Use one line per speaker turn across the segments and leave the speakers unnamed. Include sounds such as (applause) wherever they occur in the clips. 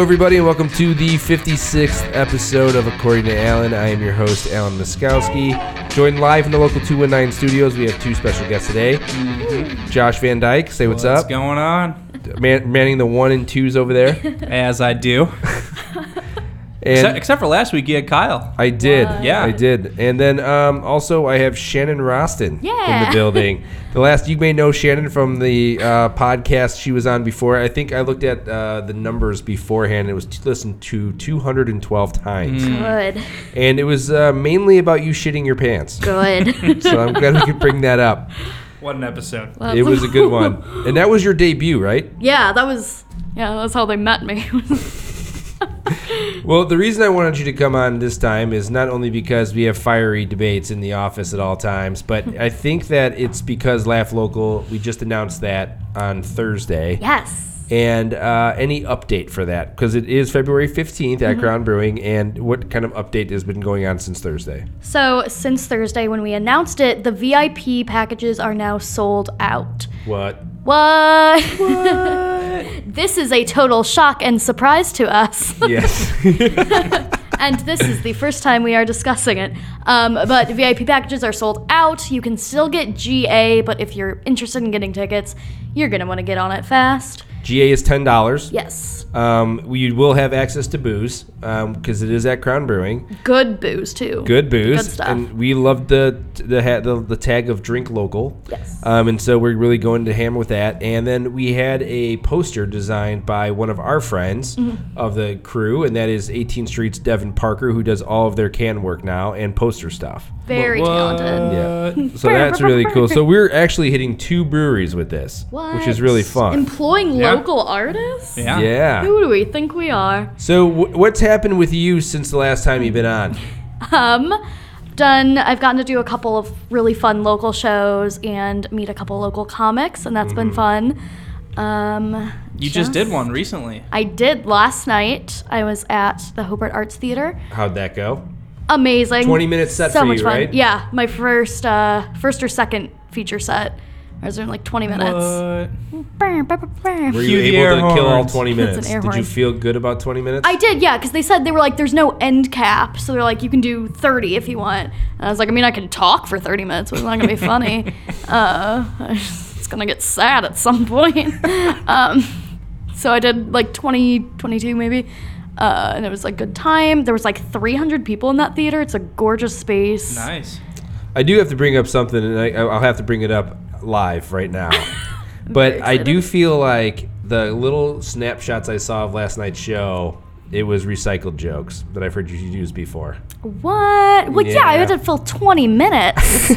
everybody, and welcome to the 56th episode of According to Alan. I am your host, Alan Miskowski. Joined live in the local 219 studios, we have two special guests today. Josh Van Dyke, say what's,
Mm-hmm. What's
up. (laughs)
going on?
Man- manning the one and twos over
(laughs)
there.
As I do. except,
And
(laughs) except for last week, you had Kyle.
I did.
Yeah.
I did. And then um, also, I have Shannon Rostin in
(laughs)
Yeah.
the building. The last, you may know Shannon from the uh, podcast she was on before. I think I looked at uh, the numbers beforehand. It was t- listened to 212 times.
(laughs) Good.
and it was uh, mainly about you shitting your pants.
Good.
So I'm glad we could bring that up.
What an episode!
It was a good one, and that was your debut, right?
(laughs) yeah, that was yeah, that's how they met me. (laughs)
Well, the reason I wanted you to come on this time is not only because we have fiery debates in the office at all times, but I think that it's because Laugh Local. We just announced that on Thursday,
yes.
and uh, any update for that because it is February 15th at Ground Brewing, and what kind of update has been going on since Thursday?
So since Thursday when we announced it, the VIP packages are now sold out.
What?
What? (laughs) this is a total shock and surprise to (laughs) us.
Yes. (laughs)
and this is the first time we are discussing it. Um, but VIP packages are sold out. You can still get GA, but if you're interested in getting tickets, you're gonna want to get on it fast.
GA is ten dollars.
Yes.
Um, we will have access to booze because it is at Crown Brewing.
Good booze too.
Good booze,
Good stuff.
and we love the the, ha- the the tag of drink local.
Yes.
Um, and so we're really going to hammer with that. And then we had a poster designed by one of our friends
Mm-hmm.
of the crew, and that is 18th Street's Devin Parker, who does all of their can work now and poster stuff.
Very talented.
Yeah. So that's really cool. So we're actually hitting two breweries with this, which is really
What?
fun.
Employing
Yeah.
local artists?
Yeah.
yeah.
Who do we think we are?
So w- what's happened with you since the last time you've been on?
Um, done. I've gotten to do a couple of really fun local shows and meet a couple local comics, and that's been fun. Um,
Mm-hmm. You just did one recently.
I did last night. I was at the Hobart Arts Theater.
How'd that go?
Amazing.
20 minute set
so
for
much
you,
fun.
right?
Yeah, my first, uh, first or second feature set. I was doing like 20 minutes.
What?
Were
Cue
you
the
able
air
to kill all
horns.
20
That's an
minutes?
air
Did you
horn.
feel good about 20 minutes?
I did, yeah, because they said they were like, there's no end cap, so they're like, you can do 30 if you want. And I was like, I mean, I can talk for 30 minutes, but it's not gonna be funny. uh, it's gonna get sad at some point. um, so I did like 20, 22 maybe, uh, and it was a good time. There was like 300 people in that theater. It's a gorgeous space.
Nice.
I do have to bring up something, and I, I'll have to bring it up live right
(laughs)
now. but
very
I do
excited.
feel like the little snapshots I saw of last night's show, it was recycled jokes that I've heard you use
(laughs)
before.
What? Well, yeah. I
Yeah.
had to fill 20 minutes.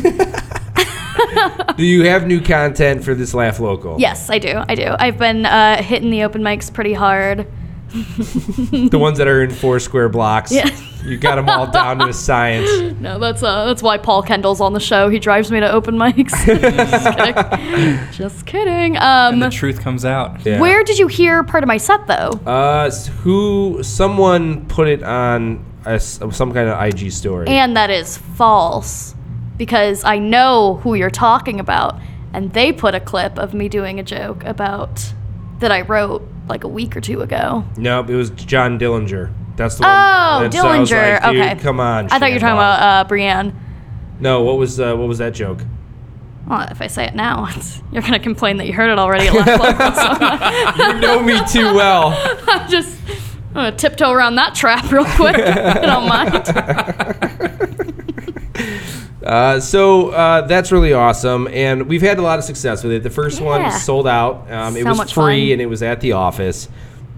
do you have new content for this Laugh Local?
yes, I do. I do. I've been uh, hitting the open mics pretty hard.
The ones that are in four square blocks.
Yeah.
You got them all down
(laughs)
to a science.
No, that's uh, that's why Paul Kendall's on the show. He drives me to open mics. (laughs) Just
(laughs)
kidding. Just kidding. Um,
And the truth comes out.
Yeah.
where did you hear part of my set though?
Uh, s- who? Someone put it on a s some kind of IG story.
And that is false, because I know who you're talking about, and they put a clip of me doing a joke about that I wrote like a week or two ago.
no, it was John Dillinger. That's the one.
Oh,
And so I was
Dillinger.
like, "Dude,
okay,
Come on.
I thought you were talking
Shambaugh."
about uh, Brienne.
No, what was uh, what was that joke? (laughs)
Well, if I say it now, (laughs) it's, you're gonna complain that you heard it already. At last level,
(laughs)
so-
You know me too
(laughs)
well.
I'm just I'm gonna tiptoe around that trap real quick. (laughs) I don't mind.
Uh, so uh, that's really awesome, and we've had a lot of success with it. The first
Yeah.
one sold out. Um, it
So
was
much
free,
fun.
and it was at the office.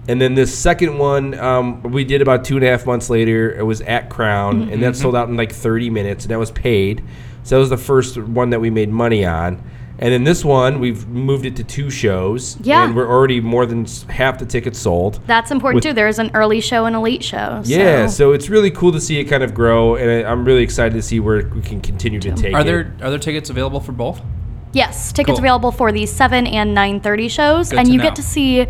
And then this second one um, we did about two and a half months later. It was at Crown,
Mm-hmm.
and that sold out in like 30 minutes, and that was paid. So that was the first one that we made money on. And then this one, we've moved it to two shows.
Yeah.
And we're already more than s- half the tickets sold.
That's important
With-
too. There's an early show and a late show.
Yeah,
so-
so it's really cool to see it kind of grow, and I, I'm really excited to see where we can continue to take
Are
it.
there are there tickets available for both?
Yes, tickets
Cool.
available for the seven and nine thirty shows,
Good
and
to
you
know.
get to see.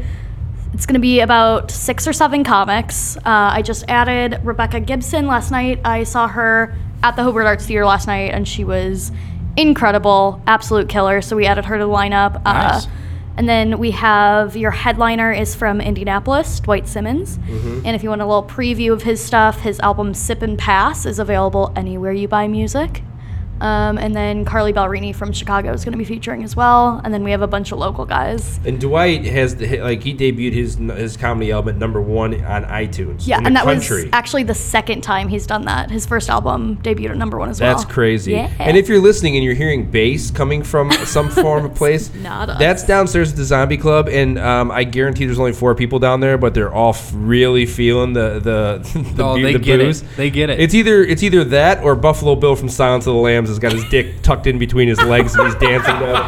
It's going to be about six or seven comics. Uh, I just added Rebecca Gibson last night. I saw her at the Hobart Arts Theater last night, and she was incredible, absolute killer. So we added her to the lineup.
Nice.
Uh, And then we have your headliner is from Indianapolis, Dwight Simmons.
Mhm.
And if you want a little preview of his stuff, his album Sip and Pass is available anywhere you buy music. Um, and then Carly Ballerini from Chicago is going to be featuring as well. And then we have a bunch of local guys.
And Dwight has the hit, like he debuted his his comedy album at number one on iTunes.
Yeah,
in
and
the
that
country.
was actually the second time he's done that. His first album debuted at number one as well.
That's crazy.
Yeah.
And if you're listening and you're hearing bass coming from
(laughs)
some form of place,
Not us.
that's downstairs at the Zombie Club, and um, I guarantee there's only four people down there, but they're all f- really feeling the the (laughs) the,
Oh,
bu-
they
the
get
booze.
it. They get it.
It's either it's either that or Buffalo Bill from Silence of the Lambs has got his
(laughs)
dick tucked in between his legs and he's dancing. down.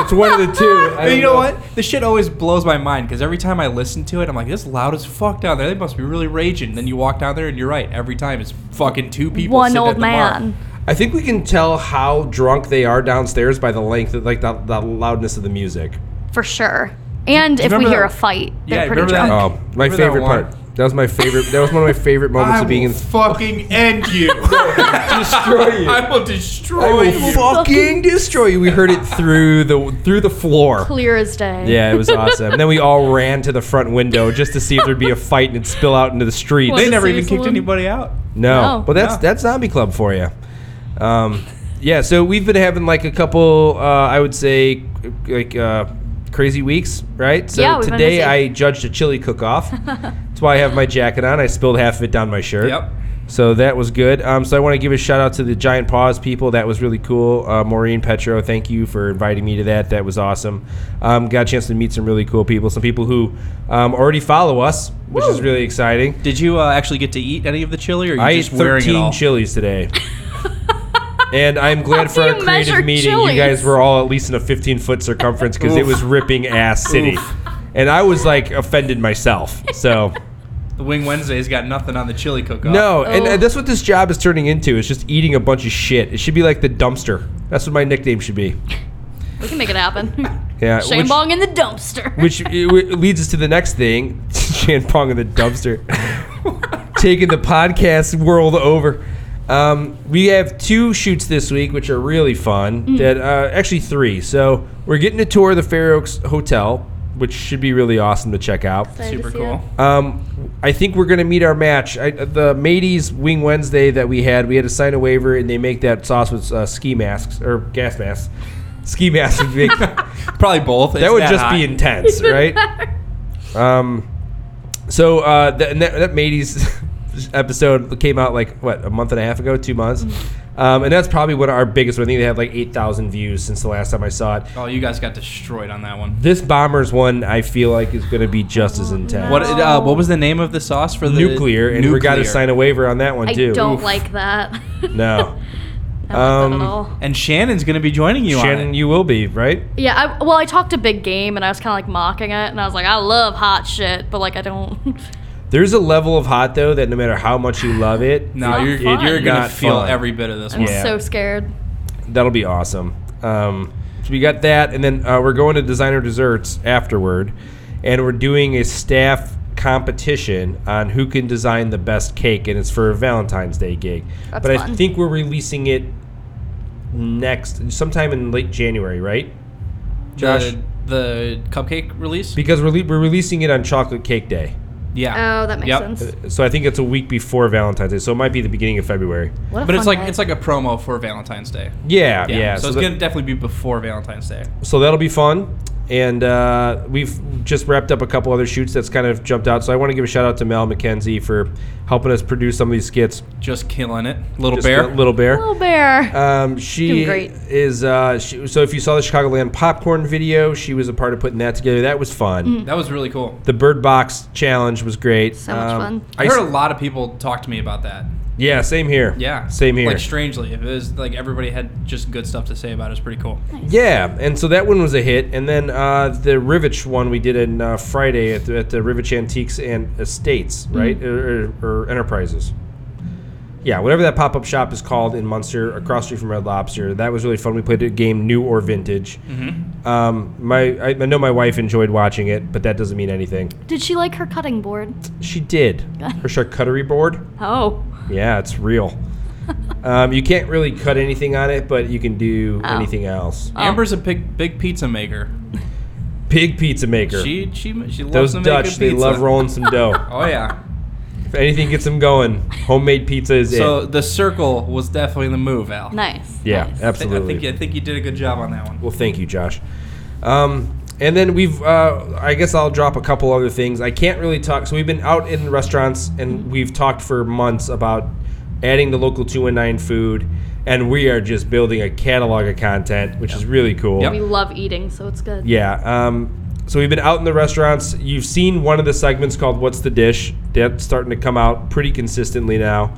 It's one of the
(laughs)
two. I
But
don't
you know what? This shit always blows my mind because every time I listen to it, I'm like, "This is loud as fuck down there. They must be really raging." Then you walk down there, and you're right. Every time it's fucking two people.
One
sitting at
old
the bar.
man.
I think we can tell how drunk they are downstairs by the length, of, like the, the loudness of the music.
for sure. And if we
remember
hear a
that-
fight, they're
Yeah,
pretty
remember that-
drunk.
Oh, my
Remember that
favorite
one?
part. That was my favorite. That was one of my favorite moments
I
of being
will
in.
fucking end you.
(laughs) destroy you.
(laughs) I will
I
destroy
will
you.
fucking destroy you. We heard it through the through the
Oh.
floor.
Clear as day.
Yeah, it was awesome. And then we all ran to the front window just to see if there'd be a fight and it'd spill out into the streets.
What?
They never even
Sizzling.
kicked anybody out.
No.
No.
Well, that's
No.
that's Zombie Club for you. Um, yeah. So we've been having like a couple. Uh, I would say like uh, crazy weeks, right? So
Yeah, we've been
today
busy.
I judged a chili cook-off.
(laughs)
that's why I have my jacket on. I spilled half of it down my shirt.
Yep.
So that was good. Um, so I want to give a shout out to the Giant Paws people. That was really cool. Uh, Maureen Petro, thank you for inviting me to that. That was awesome. Um, got a chance to meet some really cool people. Some people who um, already follow us, which is really exciting.
Did you uh, actually get to eat any of the chili, or are you
I ate
just wearing it all?
13 chilies
(laughs)
today. and I'm glad
How
for
do
our
you
creative
measure
meeting.
chilies?
You guys were all at least in a 15 foot circumference because it
Oof.
was ripping ass city.
Oof.
And I was like offended myself.
(laughs)
So,
The Wing Wednesday's got nothing on the chili cook-off.
no. And
Oh.
uh, that's what this job is turning into. It's just eating a bunch of shit. It should be like the dumpster. That's what my nickname should be.
We can make
(laughs)
it happen. (laughs)
Yeah.
Shane
which-
Bong in the dumpster. (laughs)
which it w- leads us to the next thing (laughs) Chan Pong in the dumpster taking the podcast world over um, we have two shoots this week which are really fun that uh, actually three so we're getting a tour of the fair oaks hotel which should be really awesome to check out
Super cool.
um, I think we're going to meet our match. I, the Mateys Wing Wednesday that we had, we had to sign a waiver, and they make that sauce with uh, ski masks or gas masks. Ski masks. would make-
(laughs) Probably both.
that would just be intense, right? um, so uh, that, and that, that Mateys (laughs) episode came out like what a month and a half ago, two months,
Mm-hmm.
um, and that's probably one of our biggest. I think they had like eight thousand views since the last time I saw it.
Oh, you guys got destroyed on that one.
This bombers one, I feel like, is going to be just as intense.
What uh,
Oh, No.
what was the name of the sauce for the
nuclear, and we got to
Nuclear.
sign a waiver on that one
I
too.
don't
Oof.
like that. (laughs)
No,
I don't like
Um,
that at all.
And Shannon's gonna be joining you on
Shannon,
it.
you will be right.
Yeah, I, well, I talked a big game and I was kind of like mocking it, and I was like, I love hot shit, but like I don't. (laughs)
There's a level of hot though that no matter how much you love it,
No,
It's
you're
not fun.
you're gonna
Not
feel
fun.
every bit of this
I'm
one.
Yeah.
so scared.
That'll be awesome. Um, so we got that, and then uh, we're going to Designer Desserts afterward, and we're doing a staff competition on who can design the best cake, and it's for a Valentine's Day gig.
That's
but I
fun.
think we're releasing it next, sometime in late January, right? Josh?
The, the cupcake release.
Because we're, le- we're releasing it on Chocolate Cake Day.
yeah.
Oh, that makes
Yep.
sense.
So I think it's a week before Valentine's Day, so it might be the beginning of February.
What a
But it's
Oh, fun
like
night.
it's like a promo for Valentine's Day.
Yeah, yeah.
Yeah. so, it's
that-
gonna definitely be before Valentine's Day.
so that'll be fun. And uh, we've just wrapped up a couple other shoots that's kind of jumped out. So I want to give a shout out to Mel McKenzie for helping us produce some of these skits.
Just killing it. Little
Just
bear.
a Little Bear.
little bear.
Um, she
Doing great.
is. Uh, she, so if you saw the Chicagoland popcorn video, she was a part of putting that together. That was fun.
that was really cool.
The Bird Box challenge was great.
Mm. So much fun.
I,
I
heard
s-
a lot of people talk to me about that.
yeah, same here.
Yeah.
same here.
Like strangely, it was like everybody had just good stuff to say about it. It's pretty cool.
Yeah, and so that one was a hit, and then uh, the Rivich one we did on uh, Friday at the, at the Rivich Antiques and Estates, right, or, or, or Enterprises. Yeah, whatever that pop up shop is called in Munster, across the street from Red Lobster. That was really fun. We played a game, new or vintage. Um, my I, I know my wife enjoyed watching it, but that doesn't mean anything.
Did she like her cutting board?
She did her charcuterie board.
Oh,
Yeah, it's real. um, you can't really cut anything on it, but you can do anything else.
Oh.
Amber's a big big pizza maker.
pig pizza maker.
She she she loves
Those
to make good
Dutch, they
pizza.
love rolling some
(laughs)
dough.
Oh yeah.
if anything gets them going, homemade pizza is
So
it.
the circle was definitely the move, Al.
Nice.
Yeah,
nice.
I think-
absolutely.
I think I think you did a good job on that one.
Well, thank you, Josh. Um, and then we've, uh, I guess I'll drop a couple other things. I can't really talk. So we've been out in restaurants and we've talked for months about adding the local 219 food. And we are just building a catalog of content, which is really cool.
Yep.
We love eating, so it's good.
Yeah. Um, so we've been out in the restaurants. You've seen one of the segments called "What's the Dish." That's starting to come out pretty consistently now.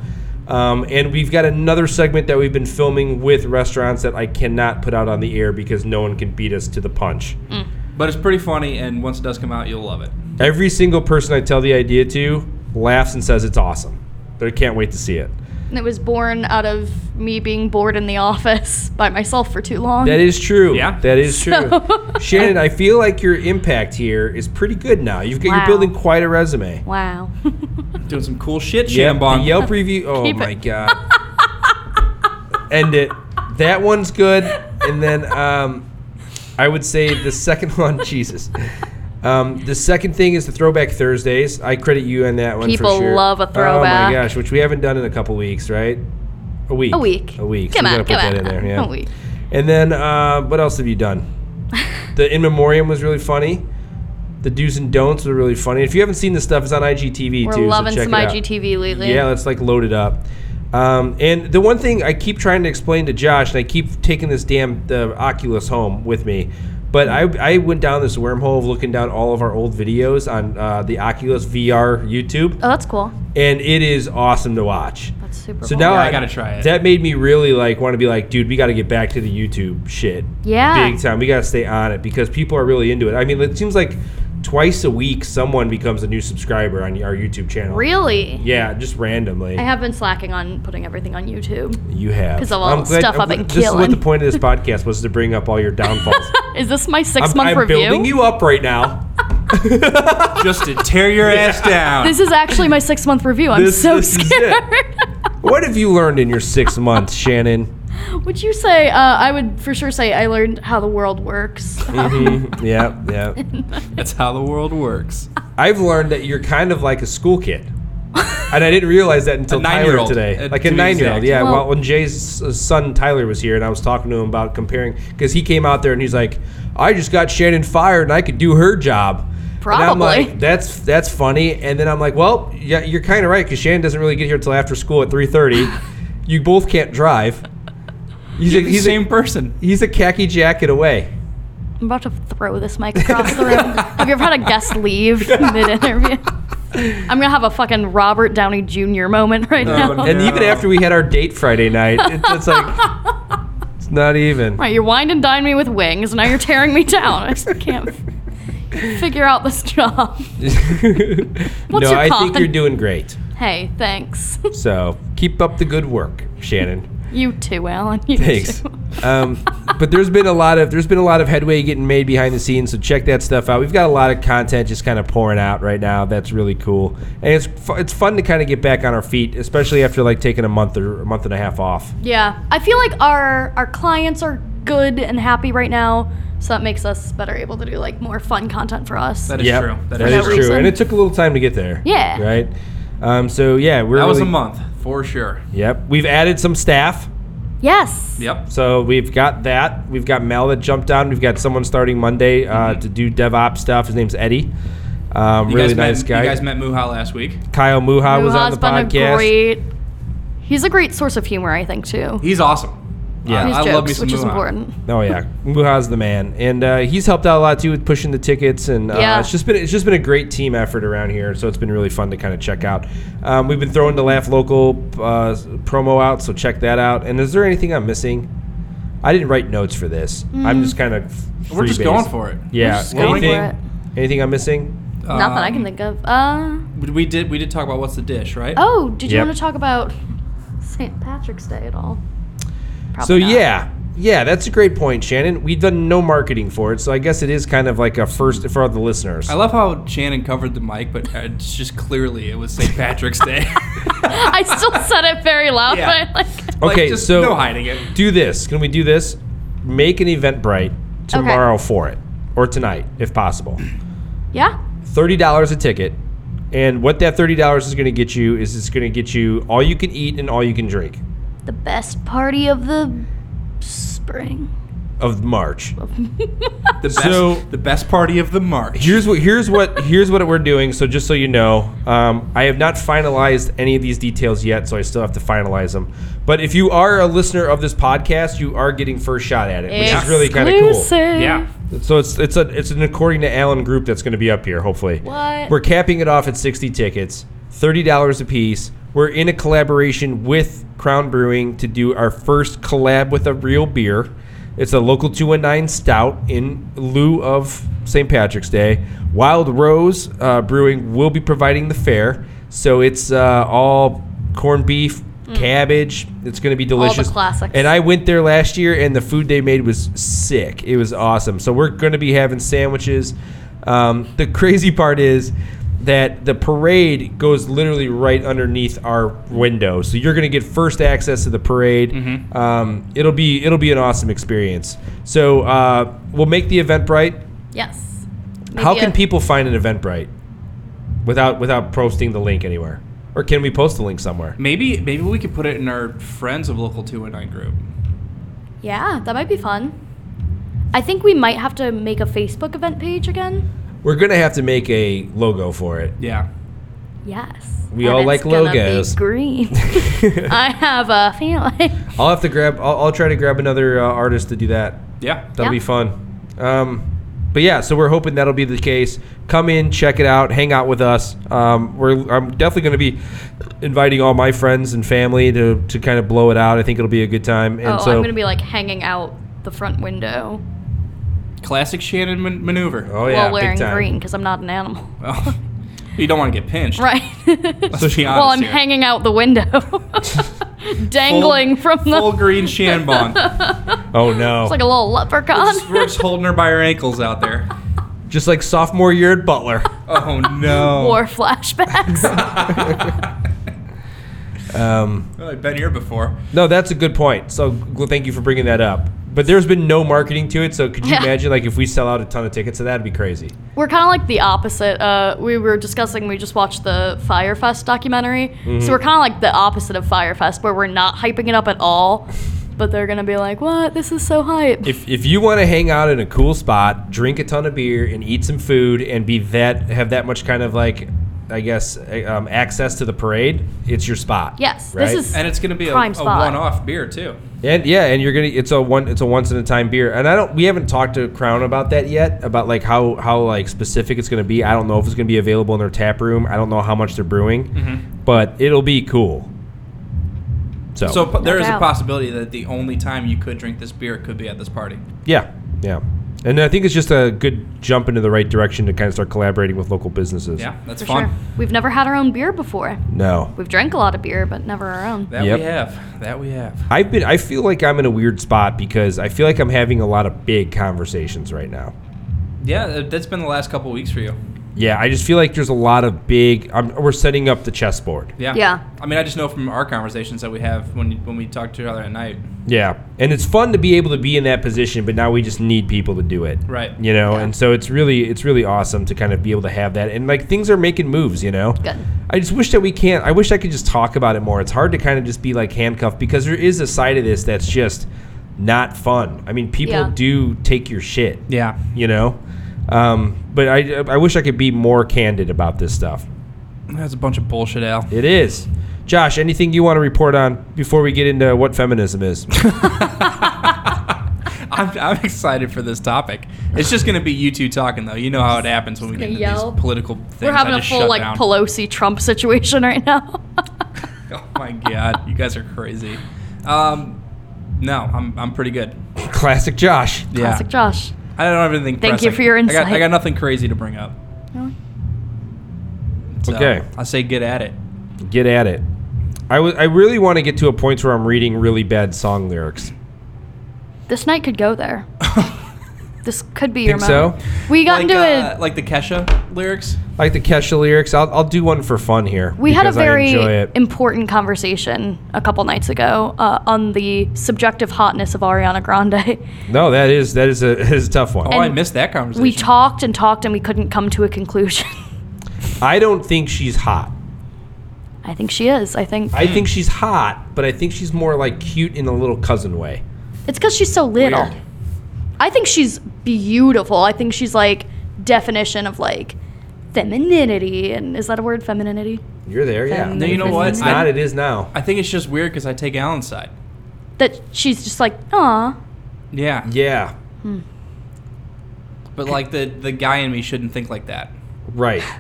Um, and we've got another segment that we've been filming with restaurants that I cannot put out on the air because no one can beat us to the punch.
But it's pretty funny, and once it does come out, you'll love it.
Every single person I tell the idea to laughs and says it's awesome. They can't wait to see it.
And it was born out of me being bored in the office (laughs) by myself for too long.
That is true.
Yeah.
That is true.
So-
Shannon, I feel like your impact here is pretty good now. You've got, You're
Wow.
building quite a resume.
(laughs) Wow.
Doing some cool shit,
Yep, the
Shambong.
Yelp review. Oh
Keep
my
it. (laughs)
god. End it. That one's good. And then um, I would say the second (laughs) one, Jesus. Um, the second thing is the Throwback Thursdays. I credit you on that one. for
People
sure.
love a
Oh my
throwback.
gosh, which we haven't done in a couple weeks, right? A week.
a week.
A week. So
Come
we gotta
on,
put
come
that
on.
in there. Yeah.
(laughs) A week.
And then uh, what else have you
(laughs)
done? The in memoriam was really funny. The do's and don'ts were really funny. If you haven't seen this stuff, it's on IGTV
We're
too. so
loving
check
some
it out.
IGTV lately.
Yeah, let's like load it up. Um, and the one thing I keep trying to explain to Josh, and I keep taking this damn the Oculus home with me, but I, I went down this wormhole of looking down all of our old videos on uh, the Oculus VR YouTube,
Oh, that's cool.
and it is awesome to watch.
That's super
So
cool.
now
Oh, Yeah, I gotta try it.
That made me really like want to be like, dude, we got to get back to the YouTube shit.
Yeah.
big time. We got to stay on it because people are really into it. I mean, it seems like twice a week someone becomes a new subscriber on our YouTube channel.
really?
Yeah, just randomly.
I have been slacking on putting everything on YouTube. (laughs)
You have.
'Cause of all the stuff I've been
This is what
killing.
the point of this podcast was to bring up all your
(laughs)
downfalls.
Is this my 6
I'm,
month
I'm
review?
building you up right
(laughs)
now.
Just to
(laughs)
tear your ass down.
This is actually my six month review. I'm
This-
so
this is it.
scared. (laughs)
What have you learned in your six months, Shannon?
would you say, uh, I would for sure say I learned how the world works.
Mm-hmm. (laughs) Yeah, yeah.
That's how the world works.
I've learned that you're kind of like a school kid. And I didn't realize that until Tyler
nine-year-old,
today.
uh,
Like
to
a
be
nine year old.
exact.
Yeah. Well,
Well-
when Jay's uh, son Tyler was here and I was talking to him about comparing, because he came out there and he's like, I just got Shannon fired and I could do her job. And I'm
Probably.
like, that's that's funny. And then I'm like, well, yeah, you're kind of right because Shannon doesn't really get here until after school at
(laughs)
3:30. you both can't drive. He's a,
He's the
he's,
same
a,
person.
he's a khaki jacket
(laughs)
away.
I'm about to throw this mic across the room. Have you ever had a
(laughs)
guest leave mid interview? I'm gonna have a fucking Robert Downey Jr. moment right now.
no.
And even
Yeah.
after we had our date Friday night, it, it's like it's not even.
(laughs)
(laughs)
Right, you wined and dined me with wings, and now you're tearing me down. I just can't (laughs) f- figure out this job.
no,
your
I think
con?
you're doing great.
Hey, thanks. (laughs)
So keep up the good work, Shannon.
You too, Alan. You (laughs)
Thanks.
Too.
Um, but there's been a lot of there's been a lot of headway getting made behind the scenes. So check that stuff out. We've got a lot of content just kind of pouring out right now. That's really cool, and it's fu- it's fun to kind of get back on our feet, especially after like taking a month or a month and a half off.
Yeah, I feel like our our clients are good and happy right now, so that makes us better able to do like more fun content for us.
That is
Yep,
true.
that is true,
reason.
and it took a little time to get there.
Yeah.
right. Um, so yeah, we're
That was a
really-
month for sure.
Yep, we've added some staff.
yes.
Yep.
So we've got that. We've got Mel that jumped on. We've got someone starting Monday uh, to do DevOps stuff. His name's Eddie. Um,
Mm-hmm. You
really
guys
nice
met,
guy.
You guys met Muha last week.
Kyle Muha was on
Muha's
the
been a
podcast.
great. He's a great source of humor, I think, too.
He's awesome.
Yeah.
I,
His
I
jokes,
love me some
which is
Muha.
important.
Oh yeah, Muha's the man, and uh, he's helped out a lot too with pushing the tickets, and uh,
Yeah.
it's just been it's just been a great team effort around here. So it's been really fun to kind of check out. Um, we've been throwing the Laugh Local uh, promo out, so check that out. And is there anything I'm missing? I didn't write notes for this. I'm
Mm.
just kind of
We're just
freebasing.
going for it. Um,
Yeah.
just going for
anything?
it.
Anything I'm missing?
Nothing I can think of. Uh,
We did. We did talk about what's the dish, right?
oh, did you
Yep.
want to talk about St. Patrick's Day at all? Probably
So
not.
yeah, yeah, that's a great point, Shannon. We've done no marketing for it, so I guess it is kind of like a first for all the listeners.
I love how Shannon covered the mic, but uh, it's just clearly it was St. Patrick's
(laughs)
Day.
(laughs) I still said it very loud,
Yeah.
but I like.
Like,
okay,
just
so
no hiding it.
do this. Can we do this? Make an Eventbrite tomorrow for it. or tonight, if possible.
Yeah.
thirty dollars a ticket, and what that thirty dollars is going to get you is it's going to get you all you can eat and all you can drink
The best party of the spring.
of March.
The best,
So-
the best party of the March.
Here's what here's what here's what we're doing. So just so you know, um, I have not finalized any of these details yet, so I still have to finalize them. But if you are a listener of this podcast, you are getting first shot at it, which is really kind of cool.
Exclusive.
Yeah.
So it's it's a it's an according to Alan group that's going to be up here hopefully.
What?
We're capping it off at 60 tickets, $30 a piece. We're in a collaboration with Crown Brewing to do our first collab with a real beer. It's a local 219 stout in lieu of St. Patrick's Day. Wild Rose uh, Brewing will be providing the fare. So it's uh, all corned beef, cabbage. It's going to be
the
delicious.
classics.
And I went there last year, and the food they made was sick. It was awesome. So we're going to be having sandwiches. Um, the (laughs) crazy part is that the parade goes literally right underneath our window, so you're going to get first access to the parade. Um, it'll be it'll be an awesome experience. So uh, we'll make the Eventbrite.
Yes.
How
Maybe
can
a-
people find an Eventbrite without without posting the link anywhere, or can we post the link somewhere?
Maybe maybe we could put it in our friends of local 209 group.
Yeah, that might be fun. I think we might have to make a Facebook event page again.
We're going to have to make a logo for it. (laughs)
Yeah.
Yes.
We all like
gonna be
logos.
green.
(laughs)
I have a feeling.
I'll have to grab. I'll, I'll try to grab another uh, artist to do that.
Yeah.
That'll be
Yeah.
fun. Um, but yeah, so we're hoping that'll be the case. Come in, check it out, hang out with us. Um, we're I'm definitely going to be inviting all my friends and family to to kind of blow it out. I think it'll be a good time. And
(laughs) oh,
so,
I'm gonna be like hanging out the front window
Classic Shannon man- maneuver.
oh yeah,
while
big
wearing
time.
green because I'm not
(laughs)
an animal.
Well, (laughs) you don't want to get pinched.
Right.
Let's
(laughs)
be honest
well, I'm
here.
hanging out the window,
(laughs)
(laughs) dangling from the.
Full green Shan bond.
Oh no,
(laughs) It's like a little
We're
leprechaun.
just, we're just holding her by her ankles out there.
just like sophomore year at Butler.
(laughs)
Oh no.
(laughs)
(laughs)
War flashbacks.
Um,
Well, I've been here before.
No, that's a good point. So gl- thank you for bringing that up. But there's been no marketing to it, so could you
Yeah.
imagine like if we sell out a ton of tickets, so that'd be crazy.
we're kind of like the opposite. Uh, we were discussing. We just watched the Firefest documentary, so
Mm-hmm.
we're kind of like the opposite of Firefest, where we're not hyping it up at all, but they're gonna be like, "What? This is so hype."
If if you want to hang out in a cool spot, drink a ton of beer and eat some food and be that have that much kind of like I guess a- um, access to the parade, it's your spot.
yes,
right?
this is.
And it's going to be a,
Prime
a
spot.
one-off beer too.
And yeah, and you're gonna it's a one it's a once in a time beer. And I don't we haven't talked to Crown about that yet, about like how how like specific it's gonna be. I don't know if it's gonna be available in their tap room. I don't know how much they're brewing, but it'll be cool. So,
So p- there is a
Oh. doubt.
possibility that the only time you could drink this beer could be at this party.
yeah, yeah. And I think it's just a good jump into the right direction to kind of start collaborating with local businesses.
Yeah, that's
for
fun.
sure. We've never had our own beer before.
No.
We've drank a lot of beer, but never our own.
That
Yep.
we have. That we have.
I've been I feel like I'm in a weird spot because I feel like I'm having a lot of big conversations right now.
Yeah, that- that's been the last couple weeks for you.
Yeah, I just feel like there's a lot of big I'm, we're setting up the chessboard.
Yeah.
Yeah.
I mean, I just know from our conversations that we have when when we talk to each other at night.
Yeah. And it's fun to be able to be in that position, but now we just need people to do it.
Right.
You know, and so it's really it's really awesome to kind of be able to have that and like things are making moves, you know.
Good.
I just wish that we can't I wish I could just talk about it more. It's hard to kind of just be like handcuffed because there is a side of this that's just not fun. I mean, people
Yeah.
do take your shit.
Yeah.
you know. Um, but I, I wish I could be more candid about this stuff.
That's a bunch of bullshit, Al.
It is. Josh, anything you want to report on before we get into what feminism is?
(laughs) I'm, I'm excited for this topic. It's just going to be you two talking, though. You know how it happens when we get
Gonna
into
yell.
these political things.
We're having
I
a
just
full
shut
like
down.
Pelosi Trump (laughs) situation right now. (laughs)
(laughs) Oh my god, you guys are crazy. Um, no, I'm, I'm pretty good.
Classic Josh.
Yeah.
Classic Josh.
I don't have anything.
Thank you
pressing.
for your
I got, I
insight.
got nothing crazy to bring up. So,
Okay.
I say get at
(laughs)
it.
Get at it. I wa- I really want to get to a point where I'm reading really bad song lyrics.
This night could go there. This could be your
Think
moment.
so?
We got
like,
into
uh,
it.
like the Kesha lyrics.
Like the Kesha lyrics, I'll, I'll do one for fun here.
We had a
because I enjoy
very
it.
important conversation a couple nights ago uh, on the subjective hotness of Ariana Grande. (laughs)
no, that is that is a, (laughs) is a tough one.
Oh, I
And
missed that conversation.
we talked and talked and we couldn't come to a conclusion. (laughs)
I don't think she's hot.
I think she is. I think
Hmm.
I think she's hot, but I think she's more like cute in a little cousin way.
it's because she's so little.
Weird.
I think she's beautiful. I think she's like definition of like femininity and is that a word femininity?
You're there, yeah.
No,
you know what?
It's
I-
not. It is now.
I think it's just weird because I take Alan's side.
That she's just like, "Aw,
Yeah,
Yeah.
but like the the guy in me shouldn't think like that.
Right.
(sighs)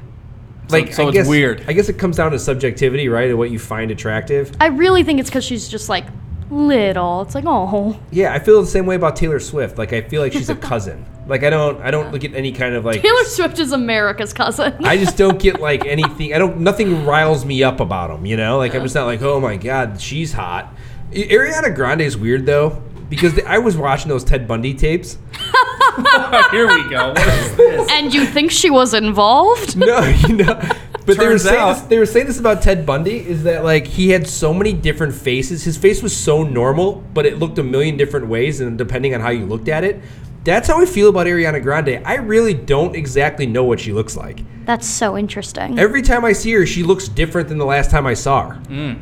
So- so
I
it's
guess-
weird.
I guess it comes down to subjectivity, right? And what you find attractive.
I really think it's because she's just like little. It's like, oh,
Yeah, I feel the same way about Taylor Swift. Like I feel like
(laughs)
she's a cousin. like I don't I don't look at any kind of like
Taylor Swift is America's cousin. (laughs)
I just don't get like anything. I don't. Nothing riles me up about them. You know, like I'm just not like, oh my god, she's hot. I- Ariana Grande is weird though because the, I was watching those Ted Bundy tapes.
(laughs) Here we go. What is this?
and you think she was
(laughs)
involved?
No, you know. But they were,
Turns
saying
out-
this, they were saying this about Ted Bundy is that like he had so many different faces. His face was so normal, but it looked a million different ways, and depending on how you looked at it, that's how I feel about Ariana Grande. I really don't exactly know what she looks like.
That's so interesting.
Every time I see her, she looks different than the last time I saw her.
Mm.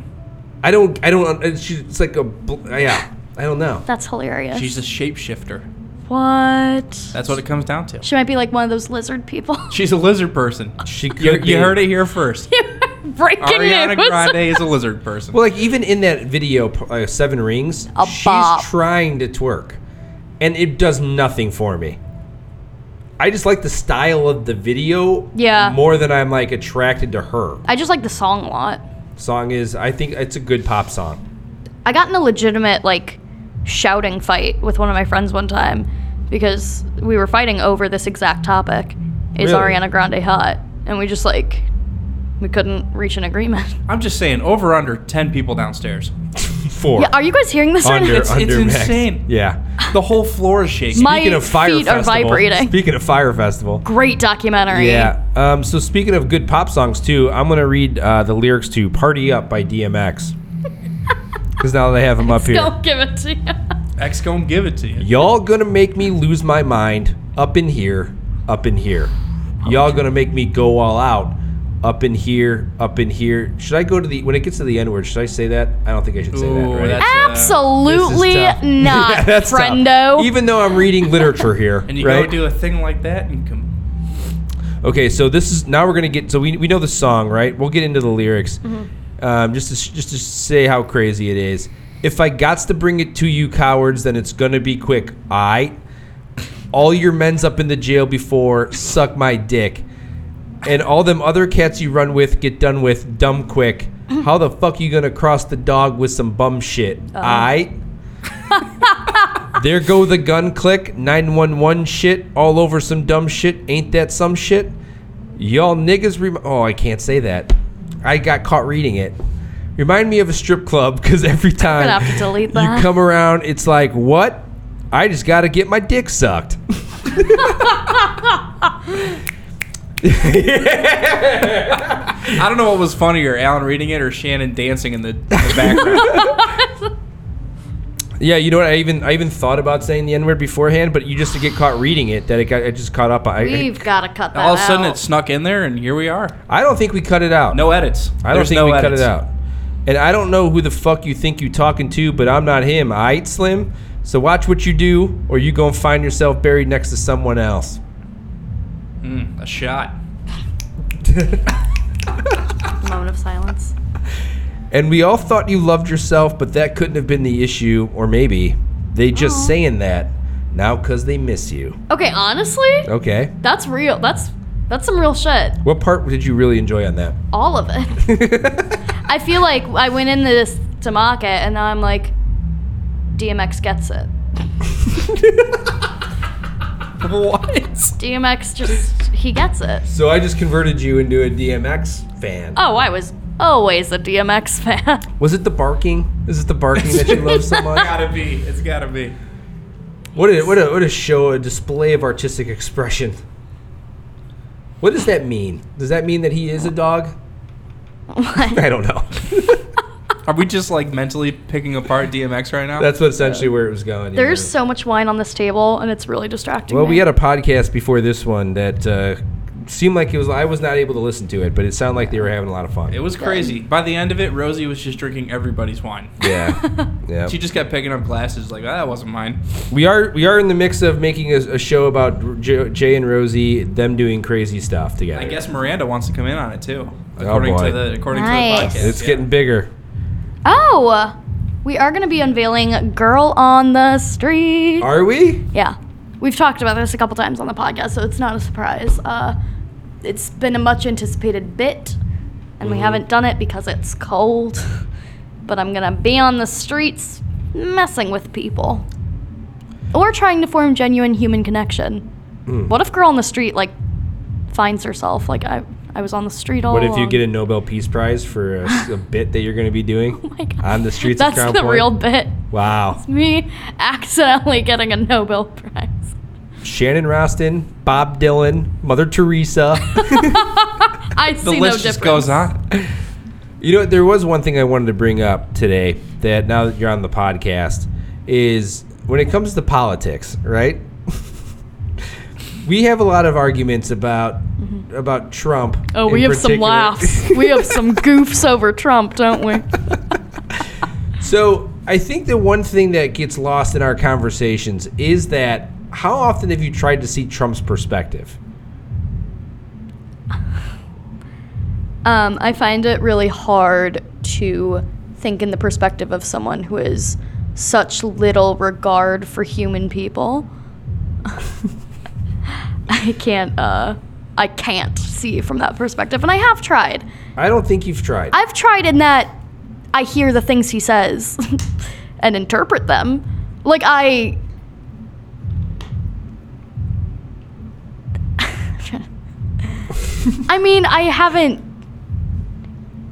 I don't. I don't. uh, She's it's like a. bl- uh, Yeah. I don't know.
That's hilarious.
She's a shapeshifter.
what?
That's what it comes down to.
She might be like one of those lizard people. (laughs)
She's a lizard person.
She could.
You, you
be.
heard it here
(laughs)
first.
Breaking
Ariana
news.
Grande is a lizard person.
Well, like even in that video, uh, Seven Rings,
A
she's
bop.
trying to twerk, and it does nothing for me. I just like the style of the video.
Yeah.
More than I'm like attracted to her.
I just like the song a lot.
Song is. I think it's a good pop song.
I got in a legitimate like shouting fight with one of my friends one time because we were fighting over this exact topic. Is
Really?
Ariana Grande hot? And we just like we couldn't reach an agreement.
I'm just saying, over under 10 people downstairs.
Four.
Yeah, are you guys hearing this right
under.
now?
It's-
under
it's
max.
insane.
Yeah.
The whole floor is shaking.
My
Speaking of fire
feet
festival.
are vibrating.
Speaking of fire festival.
Great documentary.
Yeah. Um, so speaking of good pop songs too, I'm gonna read uh, the lyrics to "Party Up" by
(laughs)
DMX. Because now that I have them up here,
(laughs) Don't give it to you.
X gonna give it to you.
y'all gonna make me lose my mind up in here, up in here. Y'all gonna make me go all out up in here, up in here. Should I go to the when it gets to the end word? Should I say that? I don't think I should say
Ooh,
that. Right?
that's-
This is
Absolutely (laughs)
tough.
not,
(laughs) Yeah, that's tough.
friendo.
Even though I'm reading literature here,
(laughs) And you
right?
go do a thing like that and come.
Okay, so this is now we're gonna get. So we, we know the song, right? We'll get into the lyrics. Um, just to, s- just to say how crazy it is. If I gots to bring it to you, cowards, then it's gonna be quick. I, all your men's up in the jail before suck my dick, and all them other cats you run with get done with dumb quick. How the fuck you gonna cross the dog with some bum shit? I. There go the gun click, 911 shit, all over some dumb shit. Ain't that some shit? Y'all niggas rem- Oh, I can't say that. I got caught reading it. Remind me of a strip club because every time
have to delete
you
that.
come around, it's like, what? I just got to get my dick
(laughs)
sucked. (laughs)
I don't know what was funnier, Alan reading it or Shannon dancing in the, in
(laughs)
the background.
Yeah, you know what? I even I even thought about saying the N word beforehand, but you just to get caught reading it that it got I just caught up. I
We've got to cut that
All of a sudden,
out.
it snuck in there, and here we are.
I don't think we cut it out.
No edits.
I don't
There's
think
no
we cut
edits.
it out. And I don't know who the fuck you think you talking to, but I'm not him. I ain't Slim. So watch what you do, or you gonna find yourself buried next to someone else.
Mm, A shot.
moment of silence.
And we all thought you loved yourself, but that couldn't have been the issue, or maybe they just saying that now because they miss you.
Okay, honestly,
Okay.
that's real. That's that's some real shit.
What part did you really enjoy on that? (laughs)
All of it. (laughs) I feel like I went into this to mock it, and now I'm like, DMX gets it.
What?
DMX just he gets it.
So I just converted you into a DMX fan.
Oh, I was always a DMX fan.
(laughs)
(laughs)
Was it the barking? Is it the barking that you love so much?
gotta be. It's gotta be.
What a, what a what a show! A display of artistic expression. What does that mean? Does that mean that he is a dog? (laughs) I don't know. (laughs)
Are we just like mentally picking apart DMX right now?
That's what essentially where it was going.
There's
yeah.
so much wine on this table, and it's really distracting.
Well,
me.
we had a podcast before this one that uh, seemed like it was. I was not able to listen to it, but it sounded like they were having a lot of fun.
it was crazy. By the end of it, Rosie was just drinking everybody's wine. (laughs)
yeah, yeah.
She just kept picking up glasses like "Ah, that wasn't mine.
We are we are in the mix of making a, a show about J- Jay and Rosie, them doing crazy stuff together.
I guess Miranda wants to come in on it too. According
Oh, boy.
to the according
Nice.
to the podcast.
it's
yeah.
getting bigger.
oh, we are gonna be unveiling "Girl on the Street."
Are we?
yeah, we've talked about this a couple times on the podcast, so it's not a surprise. Uh, it's been a much anticipated bit, and
Mm-hmm.
we haven't done it because it's cold. (laughs) But I'm gonna be on the streets, messing with people, or trying to form genuine human connection.
Hmm.
What if girl on the street like finds herself like I I was on the street all
What if you
along?
get a Nobel Peace Prize for a, s- a bit that you're going to be doing
(laughs) Oh my God.
on the streets
That's
of Crown
the
Point?
real bit.
wow.
Me accidentally getting a
(laughs)
Nobel Prize.
Shannon Rostin, Bob Dylan, Mother
(laughs)
Teresa. (laughs)
I
the
see no
list
difference.
just goes on.
You know, there was one thing I wanted to bring up today that now that you're on the podcast is when it comes to politics, right? (laughs) we have a lot of arguments about about Trump.
Mm-hmm. Oh,
in
we have some
particular.
laughs. we
(laughs)
have some goofs over Trump, don't we?
So, I think the one thing that gets lost in our conversations is that how often have you tried to see Trump's perspective?
Um, I find it really hard to think in the perspective of someone who has such little regard for human people. (laughs) I can't. Uh, I can't see from that perspective, and I have tried.
I don't think you've tried.
I've tried in that I hear the things he says (laughs) and interpret them. Like I (laughs) I mean, I haven't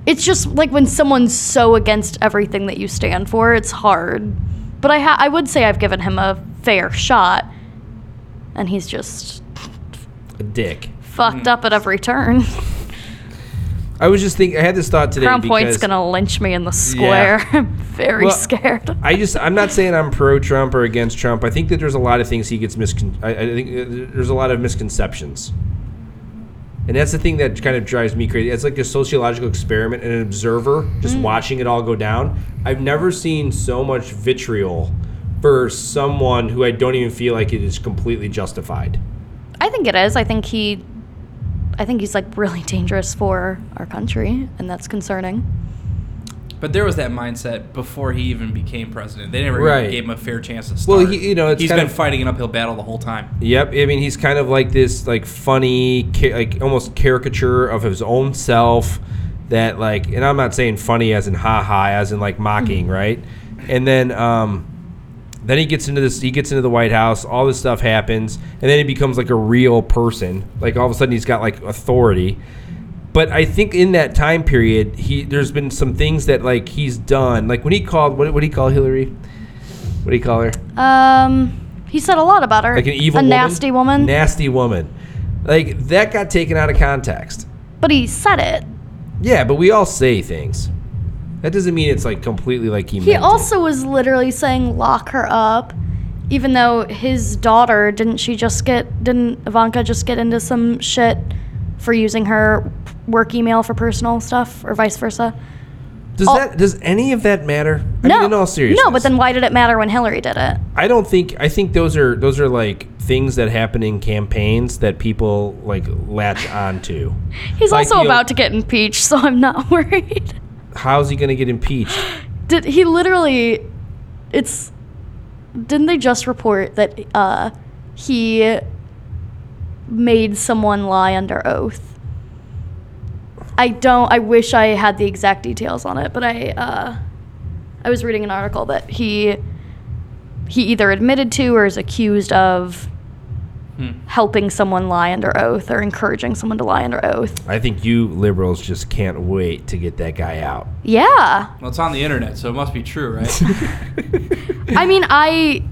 It's just like when someone's so against everything that you stand for, it's hard. But I ha- I would say I've given him a fair shot and he's just
a dick.
fucked up at every turn. (laughs)
I was just thinking I had this thought today
Crown Point's
because-
gonna lynch me in the square. (laughs) I'm very
Well,
scared.
I just I'm not saying I'm pro Trump or against Trump. I think that there's a lot of things he gets miscon. I, I think uh, there's a lot of misconceptions, and that's the thing that kind of drives me crazy. It's like a sociological experiment, and an observer just watching it all go down. I've never seen so much vitriol for someone who I don't even feel like it is completely justified.
I think it is. I think he, I think he's like really dangerous for our country, and that's concerning.
But there was that mindset before he even became president. They never even
Right.
gave him a fair chance to start.
Well, he- you know, it's
he's
kind
been
of-
fighting an uphill battle the whole time.
Yep, I mean he's kind of like this, like funny, ca- like almost caricature of his own self. That like, and I'm not saying funny as in ha ha, as in like mocking, right? And then, um, then he gets into this. He gets into the White House. All this stuff happens, and then he becomes like a real person. Like all of a sudden, he's got like authority. But I think in that time period, he there's been some things that like he's done. Like when he called, what what do he call Hillary? What do you call her?
Um, he said a lot about her,
like an evil
a
woman,
nasty woman,
nasty woman like that got taken out of context
but he said it.
yeah but we all say things that doesn't mean it's like completely like he,
He
meant it.
also was literally saying lock her up, even though his daughter didn't she just get didn't Ivanka just get into some shit for using her work email for personal stuff or vice versa.
does
al-
that does any of that matter I
no,
mean, in all seriousness
no, but then why did it matter when Hillary did it?
I don't think I think those are those are like things that happen in campaigns that people like latch
(laughs)
onto
He's
Like,
also
you know-
about to get impeached, so I'm not (laughs) worried.
how's he gonna get impeached
Did he literally? It's didn't they just report that uh, he made someone lie under oath? I don't. I wish I had the exact details on it, but I uh, I was reading an article that he he either admitted to or is accused of
Hmm.
helping someone lie under oath or encouraging someone to lie under oath.
I think you liberals just can't wait to get that guy out
Yeah,
(laughs)
Well, it's on the internet, so it must be true, right?
I mean, I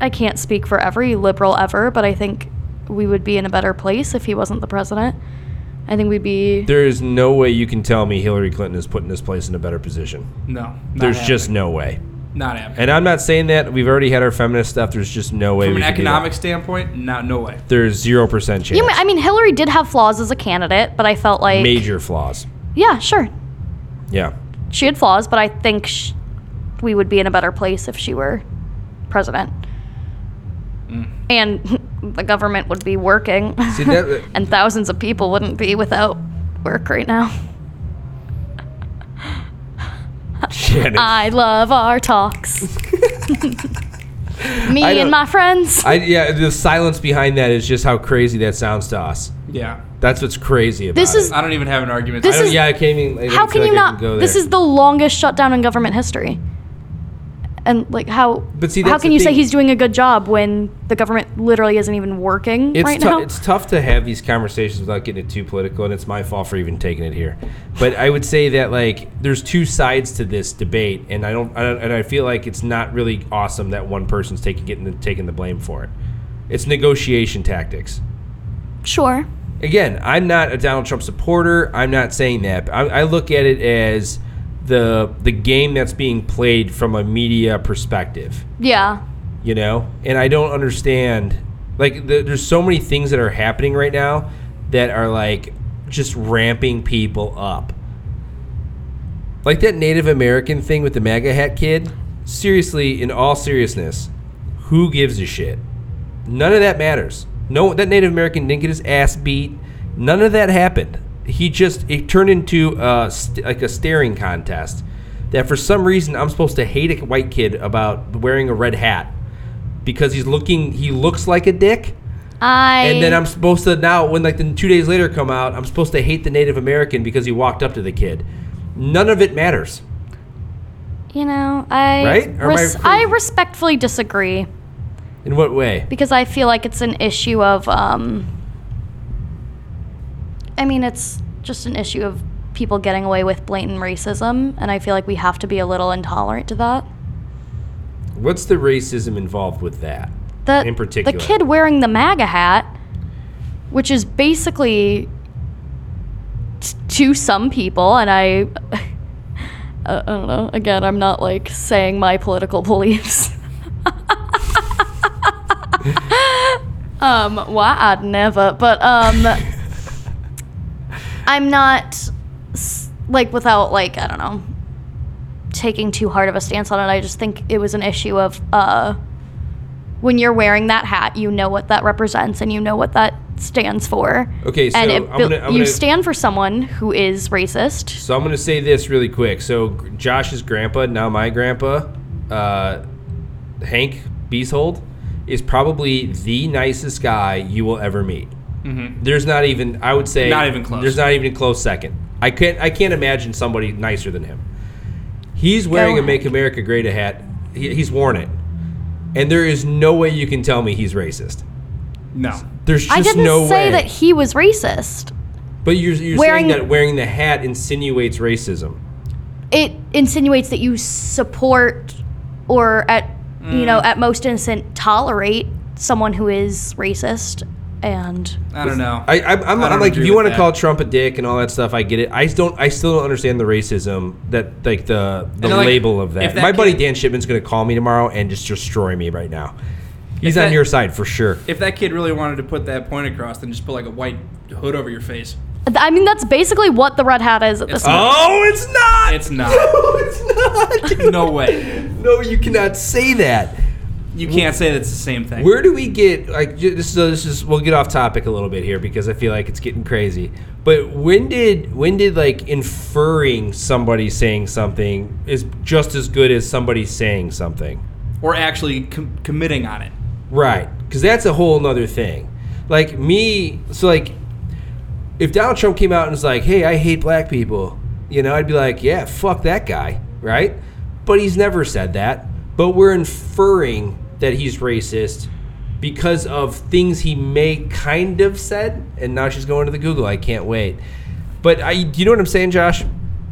I can't speak for every liberal ever, but I think we would be in a better place if he wasn't the president. I think we'd be
There is no way you can tell me Hillary Clinton is putting this place in a better position.
No, not
There's
happening.
just no way.
not happening.
And I'm not saying that. We've already had our feminist stuff. There's just no way
From
we
an
could do that.
economic standpoint, not no way.
There's zero percent chance.
You may- I mean, Hillary did have flaws as a candidate, but I felt like
Major flaws.
Yeah, sure,
Yeah.
she had flaws, but I think sh- we would be in a better place if she were president, and (laughs) the government would be working,
Mm. See that? uh,
(laughs) and thousands of people wouldn't be without work right now. Uh,
Shannon.
I love our talks. Me
I don't-
and my friends.
I, yeah, the silence behind that is just how crazy that sounds to us.
Yeah,
That's what's crazy about
This
it.
is-
I don't even have an argument.
This
I don't-
is-
yeah, I can't even. I
how
don't feel
can you
like I
not?
go
this
there.
is the longest shutdown in government history. And like how?
But see,
how
that's
can
the
you say
thing.
he's doing a good job when the government literally isn't even working
It's,
right
tou-
now?
it's tough to have these conversations without getting it too political, and it's my fault for even taking it here. But I would say that like there's two sides to this debate, and I don't, I don't and I feel like it's not really awesome that one person's taking getting the, taking the blame for it. It's negotiation tactics.
sure.
again, I'm not a Donald Trump supporter. I'm not saying that. But I, I look at it as the the game that's being played from a media perspective,
Yeah.
you know. And I don't understand. Like, the, there's so many things that are happening right now that are like just ramping people up. Like that Native American thing with the MAGA hat kid. Seriously, in all seriousness, who gives a shit? None of that matters. No, that Native American didn't get his ass beat. None of that happened. He just it turned into uh st- like a staring contest. That for some reason I'm supposed to hate a white kid about wearing a red hat because he's looking he looks like a dick.
I.
And then I'm supposed to now when like the two days later come out I'm supposed to hate the Native American because he walked up to the kid. None of it matters.
You know, I.
Right? Or am I
res-
crazy?
I respectfully disagree
In what way?
because I feel like it's an issue of. Um, I mean, it's just an issue of people getting away with blatant racism, and I feel like we have to be a little intolerant to that.
What's the racism involved with that?
the
in particular.
the kid wearing the MAGA hat, which is basically t- to some people, and I, (laughs) I I don't know. Again, I'm not like saying my political (laughs) beliefs. um, why I'd never, but um, I'm not s- like without like I don't know taking too hard of a stance on it. I just think it was an issue of uh when you're wearing that hat, you know what that represents and you know what that stands for.
Okay, so
and it
I'm
buil-
gonna- I'm
you
gonna-
stand for someone who is racist.
So I'm gonna say this really quick. So G- Josh's grandpa, now my grandpa, uh, Hank Beeshold, is probably the nicest guy you will ever meet.
Mhm.
There's not even I would say
Not even close.
There's not even a close second. I can't I can't imagine somebody nicer than him. He's wearing a
Hank.
Make America Great a hat. He, he's worn it, and there is no way you can tell me he's racist.
no.
There's just
I didn't
no
say
way.
that he was racist.
but you're, you're
Wearing-
saying that wearing the hat insinuates racism.
It insinuates that you support or at you know,
Mm.
at most innocent tolerate someone who is racist and
I don't know.
I, I'm, I'm,
I don't
I'm like, if
agree
you
with
want to
that.
call Trump a dick and all that stuff, I get it. I just don't. I still don't understand the racism that like the the
then, like,
label of that.
if that
My buddy
kid-
Dan Shipman's gonna call me tomorrow and just destroy me right now. He's
If
on
that-
your side for sure.
if that kid really wanted to put that point across, then just put like a white hood over your face.
I mean that's basically what the red hat is at this
It's-
point.
Oh, it's (laughs) not.
It's not.
No, it's not. dude.
(laughs) No way.
No, you cannot say that.
You can't say that's the same thing.
Where do we get like ju- this? Is, this is we'll get off topic a little bit here because I feel like it's getting crazy. But when did when did like inferring somebody saying something is just as good as somebody saying something?
or actually com- committing on it.
Right, because that's a whole nother thing. Like me, so like if Donald Trump came out and was like, "Hey, I hate black people," you know, I'd be like, "Yeah, fuck that guy," right? But he's never said that. But we're inferring that he's racist because of things he may kind of said. And now she's going to the Google. I can't wait. But I, you know what I'm saying, Josh?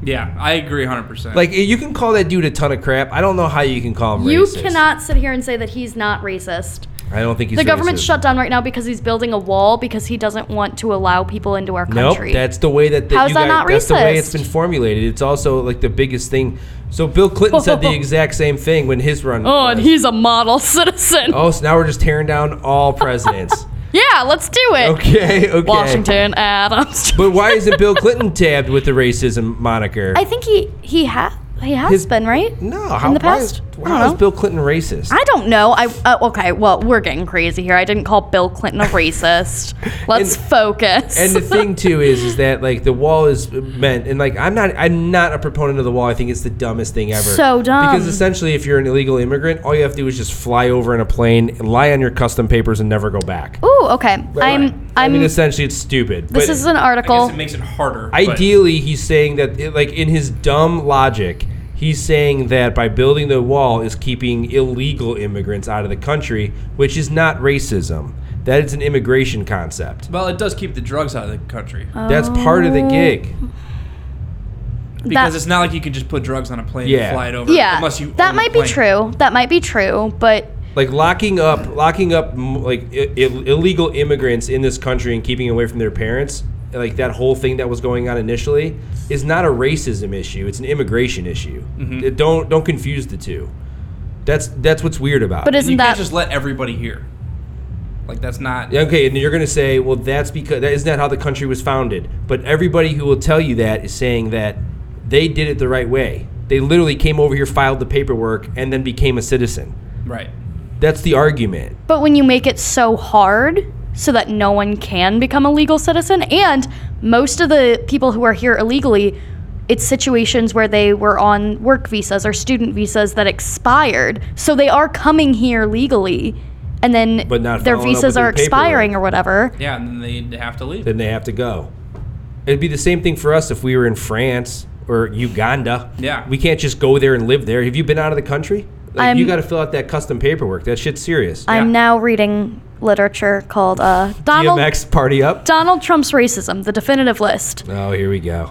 Yeah, I agree 100%.
Like you can call that dude a ton of crap. I don't know how you can call him.
You
racist.
cannot sit here and say that he's not racist.
I don't think he's.
the government's
racist.
shut down right now because he's building a wall because he doesn't want to allow people into our
Nope,
country.
that's the way that the,
How is
you
that
guys-
not
That's the way it's
racist?
been formulated. It's also like the biggest thing. So Bill Clinton said
(laughs)
the exact same thing when his run.
oh, and
was.
he's a model (laughs) citizen.
Oh, so now we're just tearing down
(laughs)
all presidents.
Yeah, let's do it.
okay, okay.
Washington, Adams.
But why isn't Bill Clinton tabbed with the racism moniker?
(laughs) I think he he ha- he has
His-
been right.
no, how,
the
why is-
past? I
Why,
don't
is
know.
Bill Clinton racist?
I don't know. I uh, okay. Well, we're getting crazy here. I didn't call Bill
(laughs)
Clinton a racist. Let's
And-
focus.
and the thing too is, is that like the wall is meant, and like I'm not, I'm not a proponent of the wall. I think it's the dumbest thing ever.
So dumb.
Because essentially, if you're an illegal immigrant, all you have to do is just fly over in a plane, lie on your custom papers, and never go back.
(laughs) Ooh, okay. I'm
I
I'm.
mean, essentially, it's stupid.
this
but
is an
I guess
article.
it makes it harder. but-
Ideally, he's saying that, it, like in his dumb logic, he's saying that by building the wall is keeping illegal immigrants out of the country, which is not racism. That is an immigration concept.
well, it does keep the drugs out of the country.
Uh,
That's part of the gig.
because
that-
it's not like you can just put drugs on a plane
Yeah.
and fly it over.
yeah,
Unless you Uh,
that
own the
might be
plane.
true. That might be true. But
Like locking up, locking up m- like I- Ill- illegal immigrants in this country and keeping away from their parents. Like that whole thing that was going on initially is not a racism issue; it's an immigration issue. Don't don't confuse the two. That's that's what's weird about.
but
it.
And you
isn't that
can't just let everybody hear. Like that's not.
Yeah, Okay, and you're going to say, well, that's because that isn't that how the country was founded. But everybody who will tell you that is saying that they did it the right way. They literally came over here, filed the paperwork, and then became a citizen.
Right.
That's the argument.
But when you make it so hard so that no one can become a legal citizen, and most of the people who are here illegally, it's situations where they were on work visas or student visas that expired. So they are coming here legally, and then
But not
their
following up with
visas
their
are expiring or whatever.
Yeah, and then they have to leave.
Then they have to go. It'd be the same thing for us if we were in France or Uganda.
Yeah.
we can't just go there and live there. Have you been out of the country? Like, you
I'm-
got to fill out that custom paperwork. That shit's serious.
I'm
Yeah.
now reading literature called uh, Donald,
DMX E party up.
Donald Trump's Racism, the definitive list.
Oh, here we go.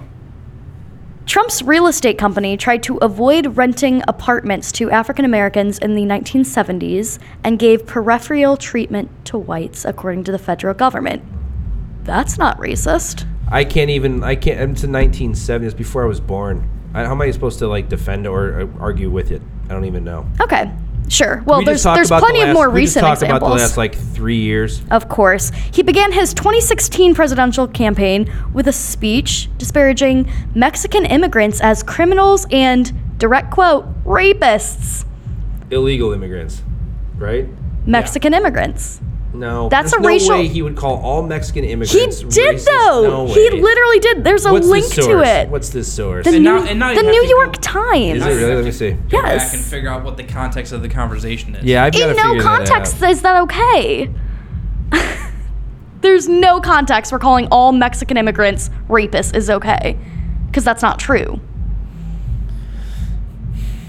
Trump's real estate company tried to avoid renting apartments to African Americans in the 1970s and gave peripheral treatment to whites, according to the federal government. That's not racist.
I can't even. I can't. It's the 1970s, before I was born. I, how am I supposed to like defend or uh, argue with it? I don't even know.
Okay, sure. Well,
We
there's
just talked
there's
about the
plenty of
last-
more
we just
recent
talked
examples.
about the last like three years.
Of course. He began his 2016 presidential campaign with a speech disparaging Mexican immigrants as criminals and, direct quote, rapists.
Illegal immigrants, right?
Mexican immigrants.
No,
That's
there's
a
no
racial-
way he would call all Mexican
He
immigrants.
did
racist.
though.
No
he
way.
literally did. There's a
What's the
link to
source?
it.
What's this source?
the
And
New,
now- and now you
the
have
New
to
York
go-
Times.
Is
Now
it
you
really?
have
Let
to
me see.
Go
Yes.
Back and figure out what the context of the conversation is.
Yeah, I've got
In
to
no
figure
context
that out.
is that okay. (laughs) There's no context for calling all Mexican immigrants rapists is okay, because that's not true.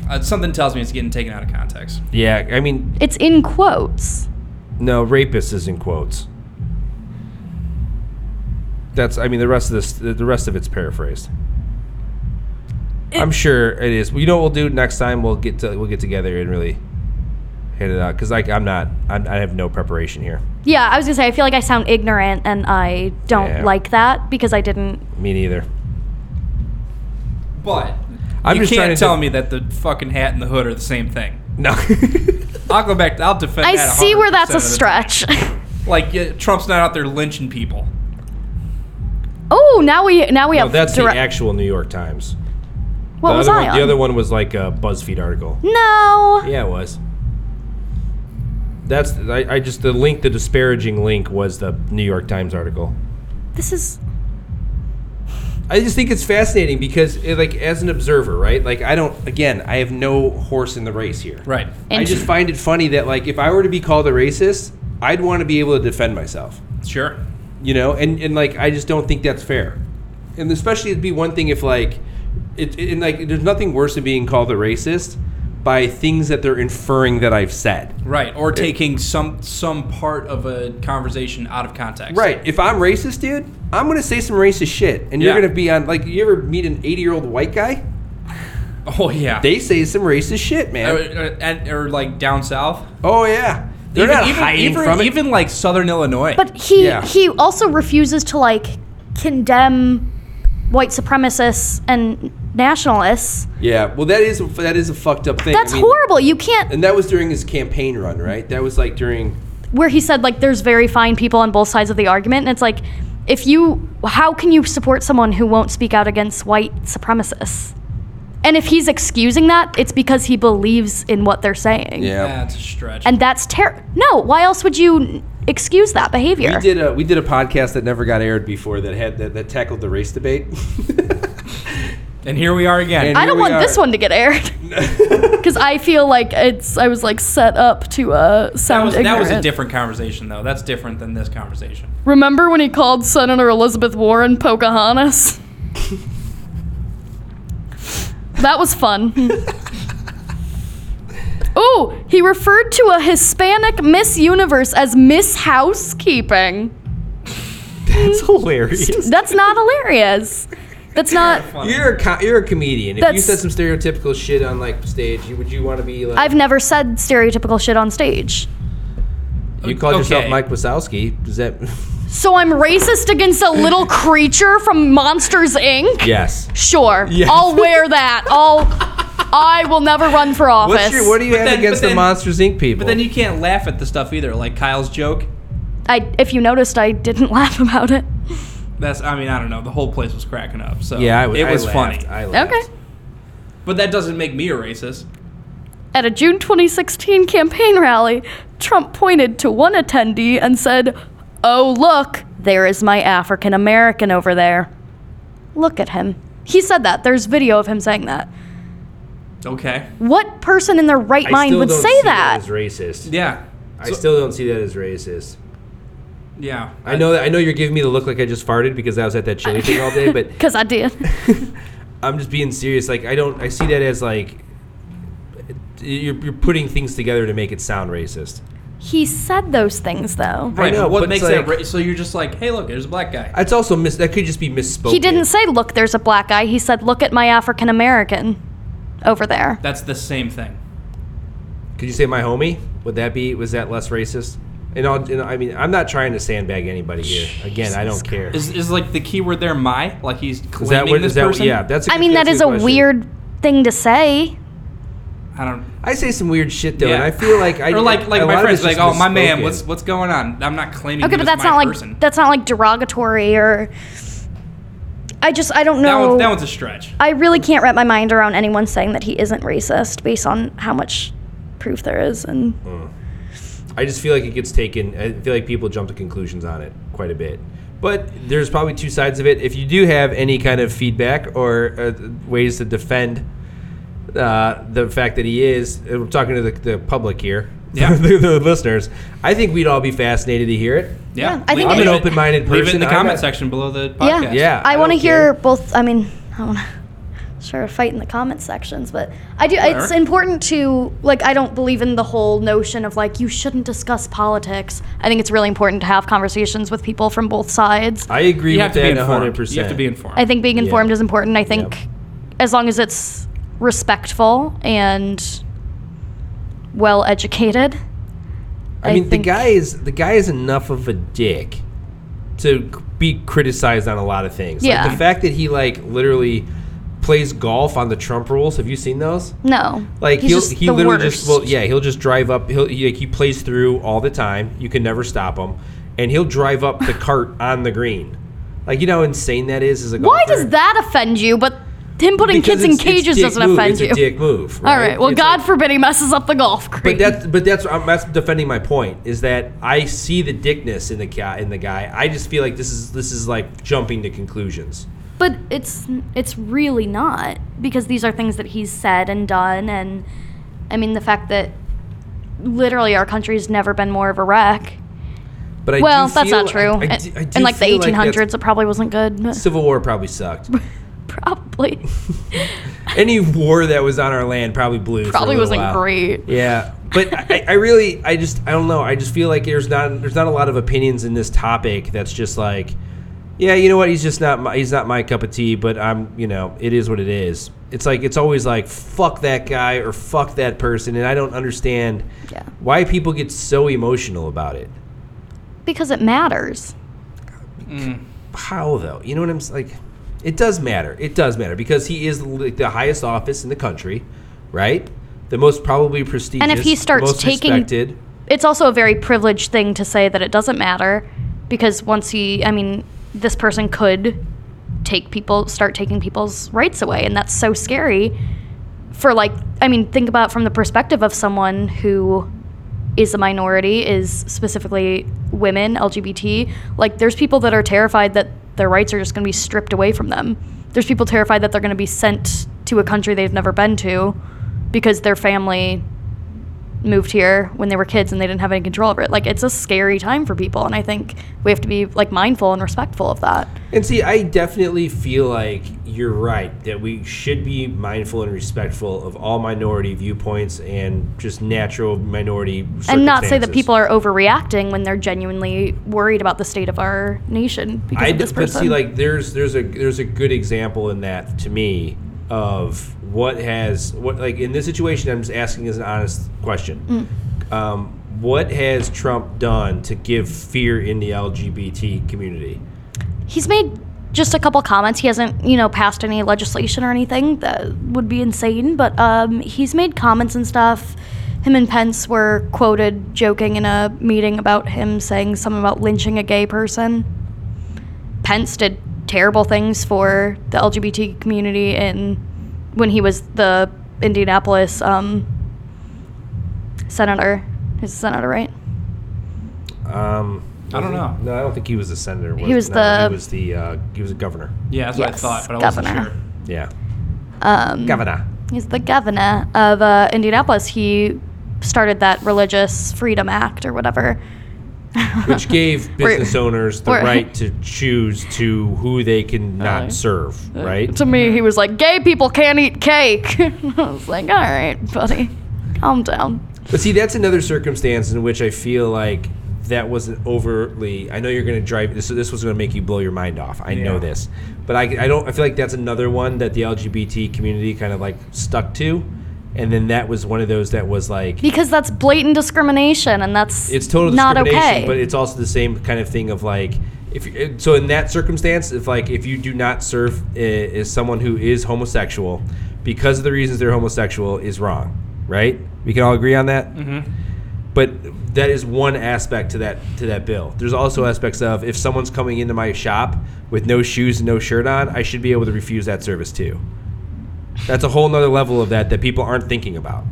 Uh, something tells me it's getting taken out of context.
Yeah, I mean,
It's in quotes.
no, rapist is in quotes. That's. I mean, the rest of this, the the rest of it's paraphrased. I'm sure it is. You know what we'll do next time? We'll get to we'll get together and really hit it out because like I'm not I'm, I have no preparation here.
Yeah, I was gonna say I feel like I sound ignorant and I don't
Yeah.
like that because I didn't.
Me neither.
But
I'm
you
just trying
can't
to
tell
de-
me that the fucking hat and the hood are the same thing.
No. (laughs)
I'll go back. I'll defend.
I
that
see where that's
100%
a
of
stretch. (laughs)
the time. Like yeah, Trump's not out there lynching people.
oh, now we now we
no
have
that's the
direct-
actual New York Times.
What
the
was
other
I
one,
on?
The other one was like a BuzzFeed article.
No.
Yeah, it was. That's I, I just the link, the disparaging link was the New York Times article.
This is
I just think it's fascinating because, it, like, as an observer, right? Like, I don't. Again, I have no horse in the race here.
Right.
I just find it funny that, like, if I were to be called a racist, I'd want to be able to defend myself.
Sure.
you know and and like i just don't think that's fair and especially it'd be one thing if like it, it- and like there's nothing worse than being called a racist by things that they're inferring that I've said.
Right, or taking some some part of a conversation out of context.
Right. If I'm racist, dude, I'm gonna say some racist shit, and
Yeah.
you're gonna be on. Like, you ever meet an 80 year old white guy?
Oh yeah.
They say some racist shit,
Uh,
man.
uh, and, or like down south.
oh yeah, they're
even,
not
even,
hiding
even,
from it.
even like Southern Illinois.
But he
Yeah.
he also refuses to like condemn white supremacists and nationalists.
yeah. Well, that is that is a fucked up thing. I
That's
mean,
horrible. You can't
And that was during his campaign run, right? That was like during.
where he said like there's very fine people on both sides of the argument and it's like if you how can you support someone who won't speak out against white supremacists? And if he's excusing that, it's because he believes in what they're saying.
that's a stretch.
And that's ter No, why else would you n- excuse that behavior?
We did a we did a podcast that never got aired before that had that, that tackled the race
(laughs)
debate.
and here we are again.
And-
I don't
Here we
want this
are.
one to get aired (laughs) because I feel like it's I was like set up to uh,
that
sound
was that was a
ignorant.
different conversation though. That's different than this conversation.
Remember when he called Senator Elizabeth Warren
(laughs)
Pocahontas?
That was fun. oh, he referred to a Hispanic Miss Universe as Miss Housekeeping.
That's hilarious.
That's not hilarious. That's not.
You're a co- you're a comedian. If you
That's-
said some stereotypical shit on like stage, you, would you want to be like?
I've never said stereotypical shit on stage.
you called yourself
Okay.
Mike Wazowski. Does that? (laughs)
So I'm racist against a little creature from Monsters Inc.
yes.
Sure,
Yes.
I'll wear that. I'll. I will never run for office.
What's your, what do you have
then-
against the
but then-
Monsters Inc. people?
But then you can't laugh at the stuff either. Like Kyle's joke.
I, if you noticed, I didn't (laughs) laugh about it.
That's I mean I don't know. The whole place was cracking up. So
yeah, I,
it was funny.
I laughed.
Okay.
But that doesn't make me a racist.
At a June 2016 campaign rally, Trump pointed to one attendee and said, Oh, look, there is my African American over there. Look at him. He said that. There's video of him saying that.
Okay.
What person in their right mind would say that?
as racist.
Yeah.
I still don't see that as racist.
Yeah.
I know that I know you're giving me the look like I just farted because I was at that
(laughs)
chili thing all day, but
Because I did.
I'm just being serious. Like I don't I see that as like you're, you're putting things together to make it sound racist.
he said those things, though.
Right.
I know,
but what
but
makes
it's
that
like-
ra- so you're just like, hey, look, there's a black guy.
It's also mis- that could just be misspoken.
He didn't say, Look, there's a black guy. He said, Look at my African American over there.
That's the same thing.
Could you say my homie? Would that be was that less racist? And I'll, and I mean, I'm not trying to sandbag anybody here. Again, I don't care.
Is, is like the key word there my? Like he's claiming
Is that what?
this
Is that
person?
yeah? That's. a
I
good-
mean, that
that's
is a
good question.
weird thing to say.
I don't.
I say some weird shit though,
Yeah.
and I feel like I
or like like
a lot
my
of
friends
it's
like,
just
oh my
misspoken.
man, what's what's going on? I'm not claiming.
Okay,
you
but
as
that's
my
not like
person.
that's not like derogatory or. I just I don't
that,
know.
one's, that one's a stretch.
I really can't wrap my mind around anyone saying that he isn't racist based on how much proof there is, and
I just feel like it gets taken. I feel like people jump to conclusions on it quite a bit. But there's probably two sides of it. If you do have any kind of feedback or uh, ways to defend uh, the fact that he is, and we're talking to the, the public here, (laughs)
Yeah.
the, the listeners. I think we'd all be fascinated to hear it.
Yeah,
I think
leave
I'm an
it-
open-minded
Leave it in
person.
the
I'm
comment
not-
section below the
yeah,
podcast.
Yeah,
I,
I
want to
don't
hear
care.
both. I mean, I (laughs) want to sure a fight in the comment sections, but I do. It's
Sure.
important to like. I don't believe in the whole notion of like you shouldn't discuss politics. I think it's really important to have conversations with people from both sides.
I agree
You have
with
to be
that
informed.
100%.
You have to be informed.
I think being informed
Yeah.
is important. I think
Yep.
as long as it's respectful and well educated.
I,
I
mean, the
think-
guy is the guy is enough of a dick to c- be criticized on a lot of things. Like,
Yeah.
the fact that he like literally plays golf on the Trump rules. Have you seen those?
No.
Like
he's
he'll
just
he
the
literally just
worst.
well yeah he'll just drive up he'll he, like, he plays through all the time. You can never stop him, and he'll drive up the cart (laughs) on the green. Like you know how insane that is as a golfer.
Why does that offend you? But him putting
Because
kids in
it's- it's
cages
dick
doesn't
move.
offend
it's
you.
A dick move.
(laughs) All right. Well,
It's
God
like-
forbid he messes up the golf
But
creek.
that's but that's I'm that's defending my point is that I see the dickness in the guy in the guy. I just feel like this is this is like jumping to conclusions.
but it's it's really not because these are things that he's said and done, and I mean the fact that literally our country's never been more of a wreck.
But I
well,
do
that's
feel-
not true.
I- I
And-
do- I do
in like the
feel that's-
(laughs) 1800s, it probably wasn't good. but
(laughs) Civil War probably sucked.
probably.
any war that was on our land probably blew. for a
Probably
little
wasn't
while.
great.
Yeah, but I, I really, I just, I don't know. I just feel like there's not, there's not a lot of opinions in this topic. That's just like, yeah, you know what? He's just not, my, he's not my cup of tea. But I'm, you know, it is what it is. It's like it's always like fuck that guy or fuck that person, and I don't understand
Yeah.
why people get so emotional about it.
Because it matters.
Mm.
How though? You know what I'm s- like? It does matter. It does matter because he is like the highest office in the country, right? The most probably prestigious. the
starts
most
taking-
respected.
It's also a very privileged thing to say that it doesn't matter because once he, I mean, this person could take people, start taking people's rights away. And that's so scary for, like, I mean, think about it from the perspective of someone who is a minority, is specifically women, LGBT. Like, there's people that are terrified that their rights are just going to be stripped away from them. There's people terrified that they're going to be sent to a country they've never been to because their family moved here when they were kids and they didn't have any control over it. Like, it's a scary time for people. And I think we have to be, like, mindful and respectful of that.
And see, I definitely feel like you're right that we should be mindful and respectful of all minority viewpoints and just natural minority
And not say that
circumstances.
people are overreacting when they're genuinely worried about the state of our nation because
I
of
d-
this
but
person.
see, like there's there's a there's a good example in that to me of what has what like in this situation. I'm just asking as an honest question.
Mm.
Um, what has Trump done to give fear in the LGBT community?
He's made just a couple comments. He hasn't, you know, passed any legislation or anything that would be insane, but um, he's made comments and stuff. Him and Pence were quoted joking in a meeting about him saying something about lynching a gay person. Pence did terrible things for the LGBT community in when he was the Indianapolis um, senator. He's a senator, right?
Um,
I
was
don't
he-
know.
No, I don't think he was a senator.
He was
no,
the-
he was the uh, he was a governor.
Yeah, that's
Yes,
what I thought, but I wasn't
governor.
sure.
Yeah,
Um, (laughs)
governor.
He's the governor of uh, Indianapolis. He started that Religious Freedom Act or whatever.
which gave
We're-
business owners the
we're-
right to choose to who they can not
Uh,
serve, right?
To me, he was like, gay people can't eat cake. (laughs) I was like, all right, buddy, calm down.
But see, that's another circumstance in which I feel like that wasn't overtly. I know you're going to drive this. This was going to make you blow your mind off. I know
Yeah.
this, but I, I don't. I feel like that's another one that the LGBT community kind of like stuck to, and then that was one of those that was like
Because that's blatant discrimination and that's
it's total
not
discrimination,
okay.
but it's also the same kind of thing of like if you- so in that circumstance, if like if you do not serve uh, is someone who is homosexual because of the reasons they're homosexual is wrong, right? We can all agree on that. Mm-hmm. But that is one aspect to that to that bill. There's also aspects of if someone's coming into my shop with no shoes and no shirt on, I should be able to refuse that service too. That's a whole nother level of that that people aren't thinking about.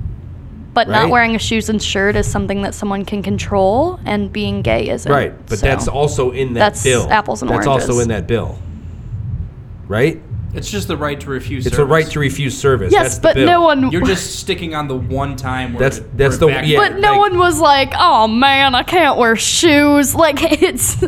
But not
right?
wearing a shoes and shirt is something that someone can control, and being gay isn't.
Right, but
So,
that's also in that
That's
bill.
apples and
that's also
oranges.
in that bill. Right?
It's just the right to refuse.
It's a
service.
right to refuse service. that's
Yes,
the
but
bill.
no one.
You're just sticking on the one time. Where
That's-
it-
that's
where it
the- yeah.
back-
but no
like-
one was like, oh man, I can't wear
(laughs)
shoes. Like it's.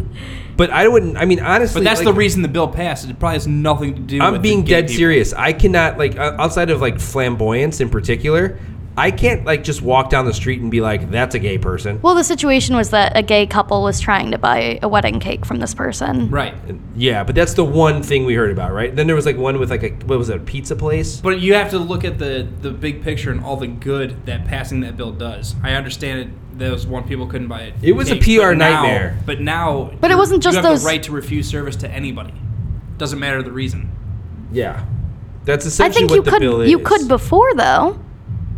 But I wouldn't. I mean, honestly,
But that's
like,
the reason the bill passed. It probably has nothing to do. with
I'm
the
being
gay
dead
people.
serious. I cannot like o- outside of like flamboyance in particular. I can't like just walk down the street and be like, "That's a gay person."
Well, the situation was that a gay couple was trying to buy a wedding cake from this person.
Right.
yeah, but that's the one thing we heard about, right? Then there was like one with like a what was it, a pizza place?
But you have to look at the the big picture and all the good that passing that bill does. I understand it. Those one people couldn't buy it.
It was a PR
but now-
nightmare.
but now,
But it wasn't just
you have
those-
the right to refuse service to anybody. Doesn't matter the reason.
Yeah, that's
I
essentially
think
what
you
the bill
could
is.
you could before though.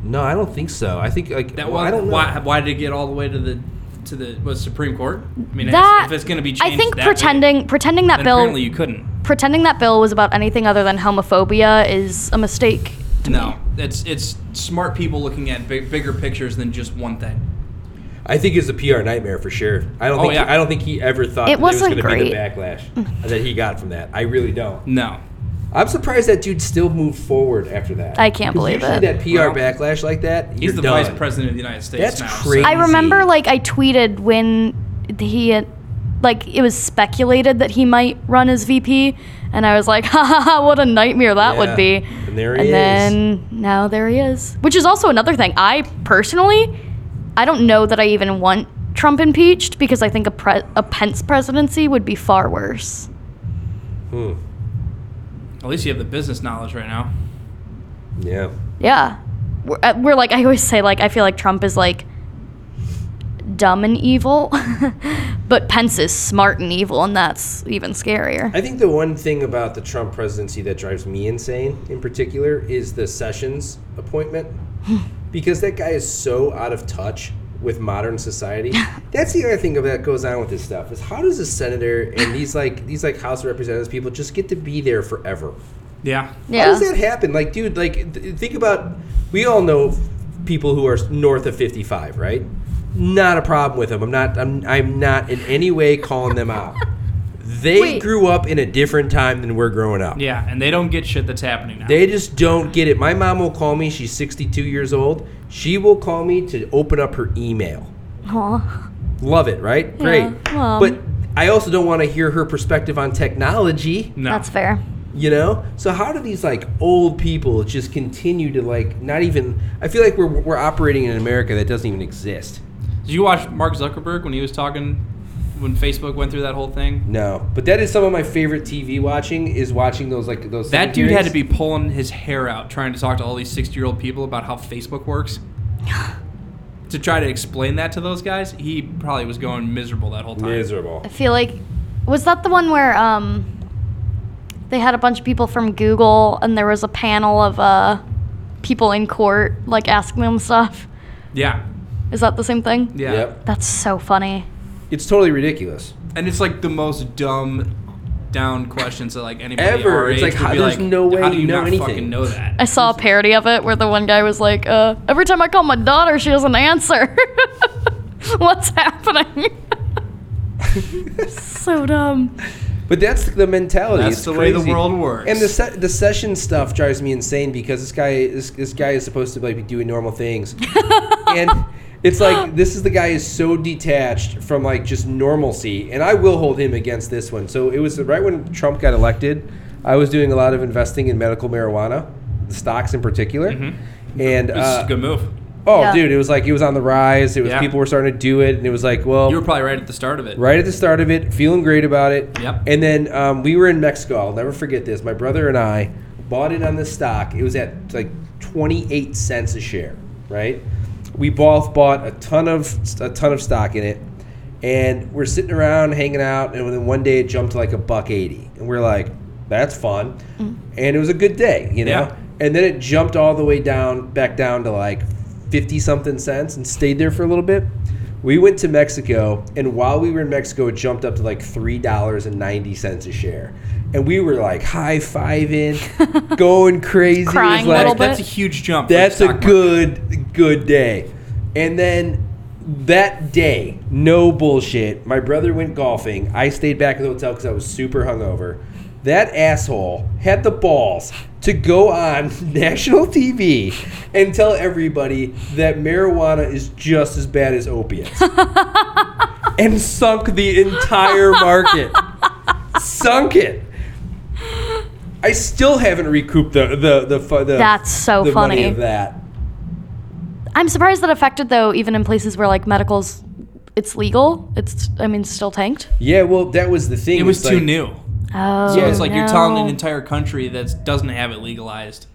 No, I don't think so. I think like
That
well, I
was
don't know.
why. Why did it get all the way to the to the was Supreme Court? I mean,
That
if it's going to be changed,
I think
that
pretending pretending that
big, then
bill
apparently you couldn't.
pretending that bill was about anything other than homophobia is a mistake.
No, it's it's smart people looking at big, bigger pictures than just one thing.
I think it's a PR nightmare for sure. I don't
Oh,
think
yeah.
I don't think he ever thought that
It
there was
wasn't
going to be
great. Mm.
the backlash that he got from that. I really don't.
No,
I'm surprised that dude still moved forward after that.
I can't
'Cause
believe
usually
it.
That PR
Well,
backlash like that,
he's
you're
the
done.
vice president of the United States.
That's
now, so-
crazy.
I remember like I tweeted when he like it was speculated that he might run as VP, and I was like, (laughs) ha ha ha, what a nightmare that
Yeah.
would be.
And there he
And
is.
then now there he is, which is also another thing. I personally, I don't know that I even want Trump impeached because I think a, pre- a Pence presidency would be far worse.
Hmm.
At least you have the business knowledge right now.
Yeah.
Yeah. We're, uh, we're like, I always say, like, I feel like Trump is like dumb and evil, (laughs) but Pence is smart and evil, and that's even scarier.
I think the one thing about the Trump presidency that drives me insane in particular is the Sessions appointment because that guy is so out of touch with modern society. That's the other thing that goes on with this stuff is how does a senator and these like these like House of Representatives people just get to be there forever?
Yeah.
How
yeah.
does that happen? Like, dude, like, th- think about. We all know people who are north of fifty-five, right? Not a problem with them. I'm not. I'm. I'm not in any way calling them
(laughs)
out. They
Wait.
grew up in a different time than we're growing up.
Yeah, and they don't get shit that's happening now.
They just don't get it. My mom will call me. She's sixty-two years old. She will call me to open up her email.
Aw.
Love it, right? Great.
well.
But I also don't want to hear her perspective on technology.
no.
That's fair.
You know, so how do these like old people just continue to like not even? I feel like we're we're operating in an America that doesn't even exist.
Did you watch Mark Zuckerberg when he was talking when Facebook went through that whole thing?
No, but that is some of my favorite TV watching is watching those like those.
That dude had to
cemeteries.
be pulling his hair out trying to talk to all these 60 year old people about how Facebook works. to try to explain that to those guys, he probably was going miserable that whole time.
miserable.
I feel like was that the one where um they had a bunch of people from Google and there was a panel of uh people in court like asking them stuff.
Yeah.
Is that the same thing?
Yeah.
Yep,
That's so funny.
it's totally ridiculous. (laughs)
And it's like the most dumb down questions that like anybody
Ever.
our
It's like,
age would
how-
be
there's no way
how do
you
you
know
not
anything.
fucking know that?
(laughs) I saw a parody of it where the one guy was like, uh, every time I call my daughter, she doesn't answer. (laughs) What's happening? (laughs) so dumb.
But that's the mentality.
That's
It's
the way the
crazy.
world works.
And the se- the session stuff drives me insane because this guy this, this guy is supposed to like be doing normal things, and it's like this is the guy is so detached from like just normalcy. And I will hold him against this one. So it was right when Trump got elected. I was doing a lot of investing in medical marijuana, the stocks in particular, and
Mm-hmm. This is
uh,
a good move.
oh,
Yeah.
dude, it was like it was on the rise. It was
Yeah.
people were starting to do it, and it was like, well,
You were probably right at the start of it.
Oh. right at the start of it, feeling great about it.
Yep.
And then um, we were in Mexico. I'll never forget this. My brother and I bought it on the stock. It was at like 28 cents a share, right? We both bought a ton of a ton of stock in it, and we're sitting around hanging out. And then one day it jumped to like a buck 80, and we're like, "That's fun," and it was a good day, you know.
Mm. Yeah.
And then it jumped all the way down, back down to like 50 something cents and stayed there for a little bit. We went to Mexico, and while we were in Mexico, it jumped up to like $3.90 a share. And we were like high
(laughs)
fiving, going crazy. It was
Crying a
like,
little bit.
That's a huge jump. for the
That's a
stock market.
good, good day. And then that day, no bullshit, my brother went golfing. I stayed back at the hotel because I was super hungover. That asshole had the balls to go on (laughs) national TV and tell everybody that marijuana is just as bad as
(laughs)
opiates and sunk the entire market. sunk it. I still haven't recouped the the the, fu- the
That's so
the money
funny.
of that.
I'm surprised that affected though, even in places where like medicals, it's legal. It's, I mean, still tanked.
Yeah, well, that was the thing.
It was
It's
too
like-
new.
Oh,
So it's like you're telling an
no.
entire country that doesn't have it legalized.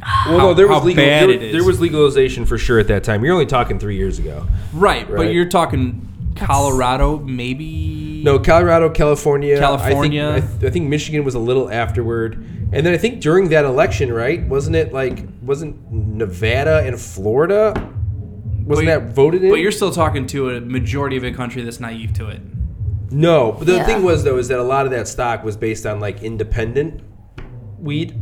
Well,
how-
no, there
how
was legal,
bad
there,
it is.
there was legalization for sure at that time. You're only talking three years ago.
Right, but
Right.
you're talking Colorado, maybe.
No, Colorado, California,
California.
I think, I, th- I think Michigan was a little afterward, and then I think during that election, right? Wasn't it like wasn't Nevada and Florida? Wasn't
But-
that voted in?
But you're still talking to a majority of a country that's naive to it.
No, but the
Yeah.
thing was though is that a lot of that stock was based on like independent weed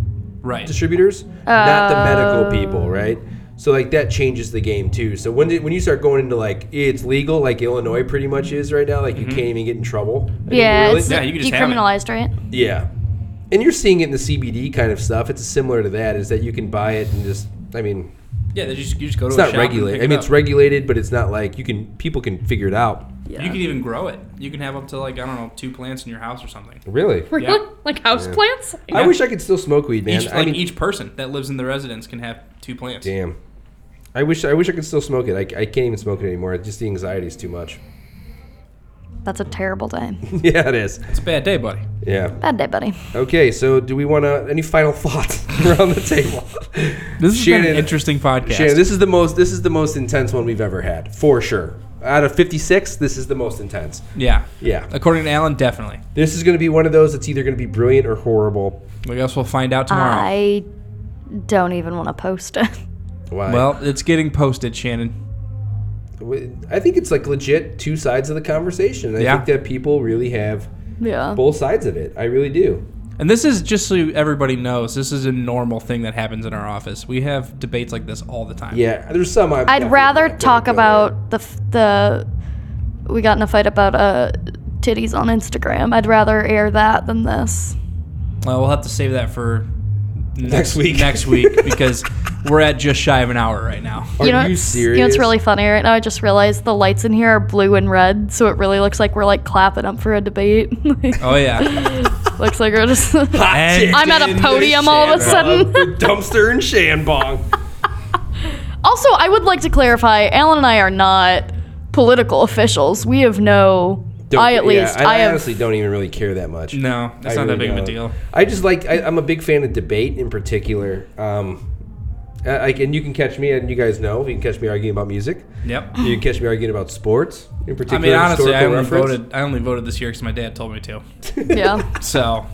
Right.
distributors, not the medical people, right? So like that changes the game too. So when did, when you start going into like it's legal, like Illinois pretty much is right now, like you
Mm-hmm.
can't even get in trouble. anymore,
Yeah,
really.
it's
Yeah, you can just have it.
decriminalized, right?
yeah. And you're seeing it in the CBD kind of stuff. It's similar to that. Is that you can buy it and just I mean
Yeah, they just, you just go to
it's
a
not
shop and
regulated.
pick
I
it
mean
up.
it's regulated, but it's not like you can people can figure it out.
Yeah.
You can even grow it. You can have up to like I don't know two plants in your house or something.
Really?
Really?
Yeah.
Like house
Yeah.
plants?
I wish I could still smoke weed, man.
each,
I
like
mean,
each person that lives in the residence can have two plants.
damn. I wish I wish I could still smoke it. I, I can't even smoke it anymore. Just the anxiety is too much. (laughs)
That's a terrible day.
yeah, it is.
It's a bad day, buddy.
Yeah.
Bad day, buddy.
Okay, so do we want to any final (laughs) thoughts around the table?
This has been
Shannon-
an interesting podcast.
Shannon, this is the most this is the most intense one we've ever had for sure. Out of 56, this is the most intense.
yeah.
Yeah.
According to Alan, definitely.
This is going to be one of those that's either going to be brilliant or horrible.
I guess we'll find out (laughs) tomorrow.
I don't even want to post it. (laughs)
Why?
Well, it's getting posted, Shannon.
I think it's like legit two sides of the conversation. I
Yeah.
think that people really have
Yeah.
both sides of it. I really do.
And this is just so everybody knows, this is a normal thing that happens in our office. We have debates like this all the time.
Yeah, there's some. I'm
I'd
definitely
rather
not gonna
talk
go
about the f- the we got in a fight about uh titties on Instagram. I'd rather air that than this.
Well, we'll have to save that for next,
week.
(laughs) Next week because we're at just shy of an hour right now.
there. Are you,
know, what's-
serious?
You know what's really funny right now? I just realized the lights in here are blue and red, so it really looks like we're like clapping up for a debate. (laughs) Like,
Oh yeah.
looks like
(laughs)
we're just.
And
I'm at a podium all of a sudden.
dumpster and shanbong.
Also, I would like to clarify: Alan and I are not political officials. We have no. I at
yeah,
least
I,
I, have.
honestly don't even really care that much.
No, that's
I
not that
really
big of a
don't.
deal.
I just like I, I'm a big fan of debate in particular. Um, I, I can, you can catch me, and you guys know you can catch me arguing about music.
Yep.
You can catch me arguing about sports in
I
particular.
mean, honestly, I
historical
only
reference.
voted. I only voted this year because my dad told me to.
(laughs)
yeah.
So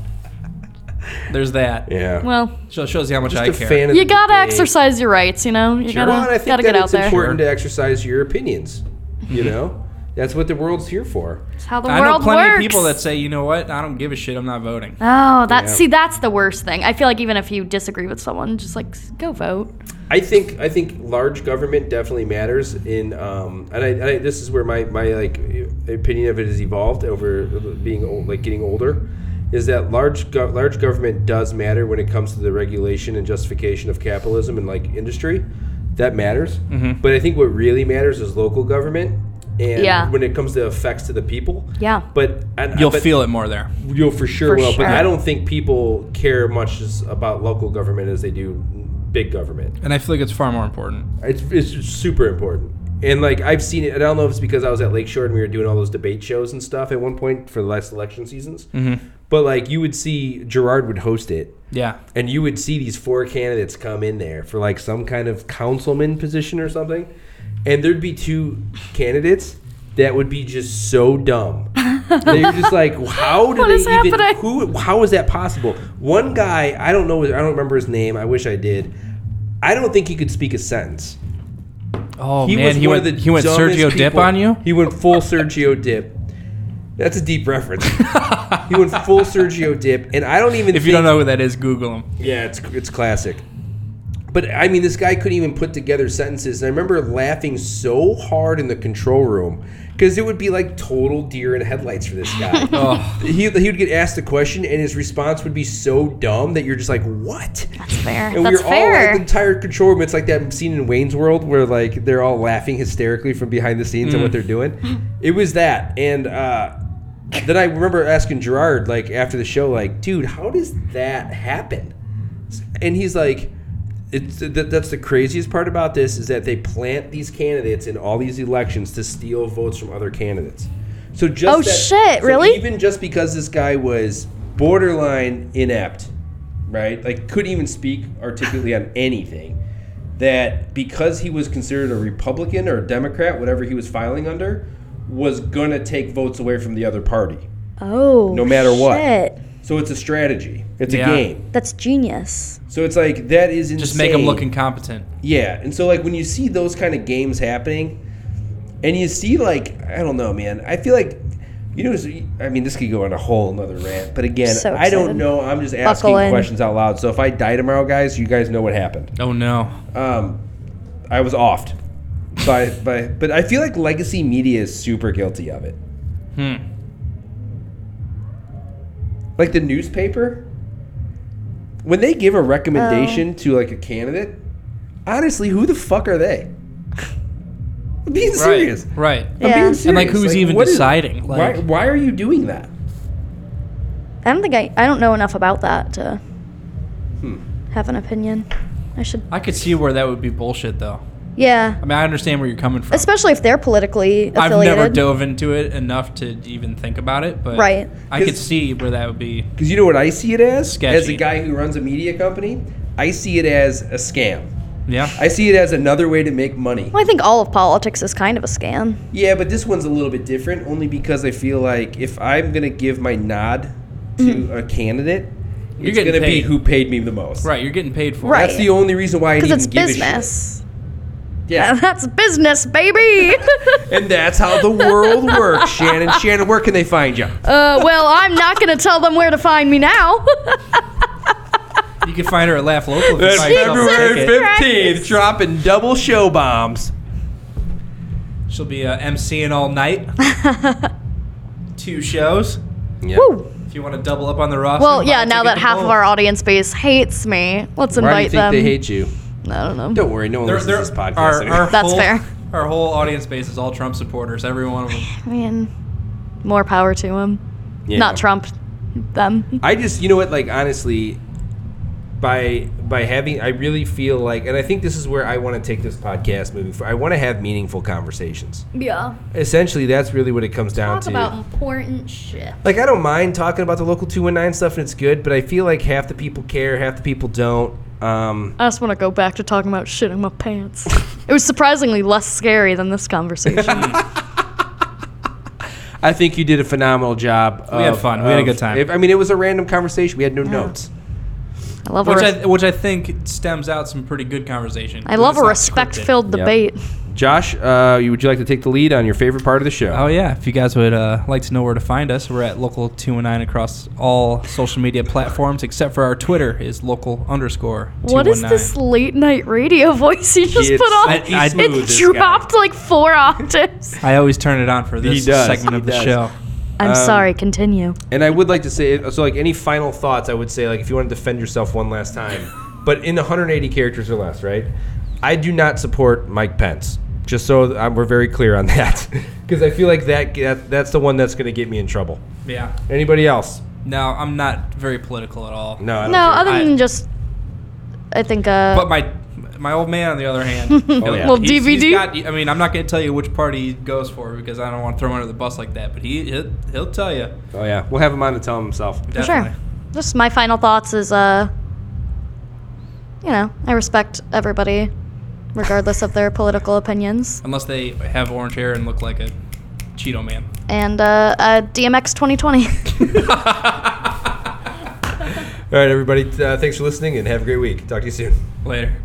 there's that.
Yeah.
Well,
So it shows you how much
Just
I
a
care.
fan of
you
the
gotta
debate.
exercise your rights. You know, you
Sure.
Well, and I
gotta
think
gotta
that
get out
it's
there.
important to exercise your opinions.
(laughs)
You know, that's what the world's here for.
It's how the
I know
world
plenty
works.
of people that say, you know what, I don't give a shit. I'm not voting.
Oh, that
Yeah.
see, that's the worst thing. I feel like even if you disagree with someone, just like s- go vote.
I think I think large government definitely matters in um, and I, and I this is where my my like opinion of it has evolved over being old, like getting older is that large go- large government does matter when it comes to the regulation and justification of capitalism and like industry that matters
Mm-hmm.
but I think what really matters is local government and
Yeah.
when it comes to effects to the people
Yeah.
but and,
You'll
but-
feel it more there.
You'll for sure
For
will,
sure.
but I don't think people care much as about local government as they do big government.
And I feel like it's far more important.
It's, it's super important. And like I've seen it, and I don't know if it's because I was at Lakeshore and we were doing all those debate shows and stuff at one point for the last election seasons. Mm-hmm. But like you would see Gerard would host it,
Yeah.
and you would see these four candidates come in there for like some kind of councilman position or something, and there'd be two candidates that would be just so
(laughs)
dumb. They're just like, how do
What
they
is
even?
happening?
Who? How is that possible? One guy, I don't know, I don't remember his name. I wish I did. I don't think he could speak a sentence.
Oh man, he
one
went.
of the
He went
dumbest
Sergio Dip
people.
on you.
He went full Sergio Dip. That's a deep
(laughs)
reference. he went full Sergio Dip, and I don't even.
If you don't
think-
know who that is, Google him.
yeah, it's it's classic. But I mean, this guy couldn't even put together sentences, and I remember laughing so hard in the control room because it would be like total deer in headlights for this guy.
(laughs) Oh,
He, he would get asked a question and his response would be so dumb that you're just like what
That's fair.
and we
that's
were all
fair.
like the entire control room. It's like that scene in Wayne's World where like they're all laughing hysterically from behind the scenes
Mm.
at what they're
(laughs)
doing. It was that, and uh, then I remember asking Gerard like after the show, like, dude, how does that happen? And he's like, it's th- that's the craziest part about this is that they plant these candidates in all these elections to steal votes from other candidates. So just
Oh,
that-
shit,
so
really?
Even just because this guy was borderline inept right? Like couldn't even speak articulately on anything. That because he was considered a Republican or a Democrat, whatever he was filing under, was gonna take votes away from the other party,
Oh.
no matter what.
Shit.
So it's a strategy. It's
Yeah.
a game.
That's genius.
So it's like that is insane.
just make him look incompetent.
Yeah, and so like when you see those kind of games happening, and you see like I don't know, man. I feel like you know, I mean, this could go on a whole another rant, but again,
So
I don't
excited.
know. I'm just asking
Buckle in.
questions out loud. So if I die tomorrow, guys, you guys know what happened.
Oh no.
Um, I was offed by by, but I feel like legacy media is super guilty of it.
Hmm.
Like the newspaper, when they give a
Oh.
recommendation to like a candidate, honestly, who the fuck are they? I'm being serious.
Right.
I'm
Yeah.
being
And,
serious.
And like, who's even
what is-
deciding? Like,
why, why are you doing that?
I don't think I. I don't know enough about that to
Hmm.
have an opinion. I should.
I could see where that would be bullshit, though.
Yeah.
I mean, I understand where you're coming from.
Especially if they're politically
I've
affiliated.
never dove into it enough to even think about it, but
Right.
I could
'Cause-
see where that would be.
Because you know what I see it as? As
Sketchy.
a guy who runs a media company, I see it as a scam.
Yeah.
I see it as another way to make money.
Well, I think all of politics is kind of a
(laughs)
scam.
Yeah, but this one's a little bit different only because I feel like if I'm going to give my nod to
Hmm.
a candidate, it's
getting
going to be
paid.
who paid me the most.
Right. You're getting paid for
Right.
That's the only reason why I
Because
didn't
it's
give a
business.
shit. Yeah.
That's business, baby.
(laughs)
Uh,
and that's how the world works, Shannon. Shannon, where can they find you?
Uh, well, I'm not going to tell them where to find me now. (laughs)
it. You can find her at Laugh Local if you buy yourself a ticket.
15th, dropping double show bombs.
She'll be uh, MCing all
(laughs)
night. Two shows.
Yeah.
If you want to double up on the roster.
well,
buy
yeah,
a
now
ticket
that
to
half of
both.
our audience base hates me, let's
Why do you
invite
think
them.
they hate you?
I don't know.
Don't worry, no one
They're-
listens
they're-
to this podcast.
our-
anymore.
our
That's
whole-
fair.
Our whole audience base is all Trump supporters. Every one of them.
I mean, more power to them.
Yeah.
Not Trump, them.
I just, you know what? Like honestly, by by having, I really feel like, and I think this is where I want to take this podcast moving forward. I want to have meaningful conversations.
Yeah.
Essentially, that's really what it comes down
Talk
to.
about important shit.
like I don't mind talking about the local two one nine stuff, and it's good, but I feel like half the people care, half the people don't. Um,
I just want to go back to talking about shitting my pants. it was surprisingly less scary than this
(laughs)
conversation.
I think you did a phenomenal job.
We had fun. We had a good time.
I mean, it was a random conversation. We had no notes.
I love a
Which
re-
I, which I think stems out some pretty good conversation.
I love a
It's not scripted.
respect-filled
Yep.
debate.
Josh, uh, you- would you like to take the lead on your favorite part of the show?
Oh yeah! If you guys would uh, like to know where to find us, we're at local two one nine across all social media platforms except for our Twitter is local underscore two
What is
one nine.
this late night radio voice you just
It's-
put on?
I-
I-
it dropped like
(laughs)
four octaves.
I always turn it on for this
does,
segment
he
of the
does.
show.
Um,
I'm sorry, continue.
And I would like to say, so like any final thoughts, I would say like if you want to defend yourself one last (laughs) time, but in 180 characters or less, right? I do not support Mike Pence. Just so th- um, we're very clear on (laughs) that, because I feel like that, that that's the one that's going to get me in trouble.
Yeah.
Anybody else?
No, I'm not very political at all.
No, I don't
No,
care.
other
I-
than just, I think. Uh,
But my my old man, on the other
(laughs)
hand, oh,
yeah. Well,
DVD?
I mean, I'm not going to tell you which party he goes for because I don't want to throw him under the bus like that. But he he'll, he'll tell you.
oh yeah, we'll have him on to tell him himself.
Definitely.
Sure. Just my final thoughts is, uh, you know, I respect everybody, regardless of their political opinions.
Unless they have orange hair and look like a
(laughs)
Cheeto man. (laughs)
And uh, uh, DMX (laughs) 2020.
All right, everybody, uh, thanks for listening and have a great week. Talk to you soon.
Later.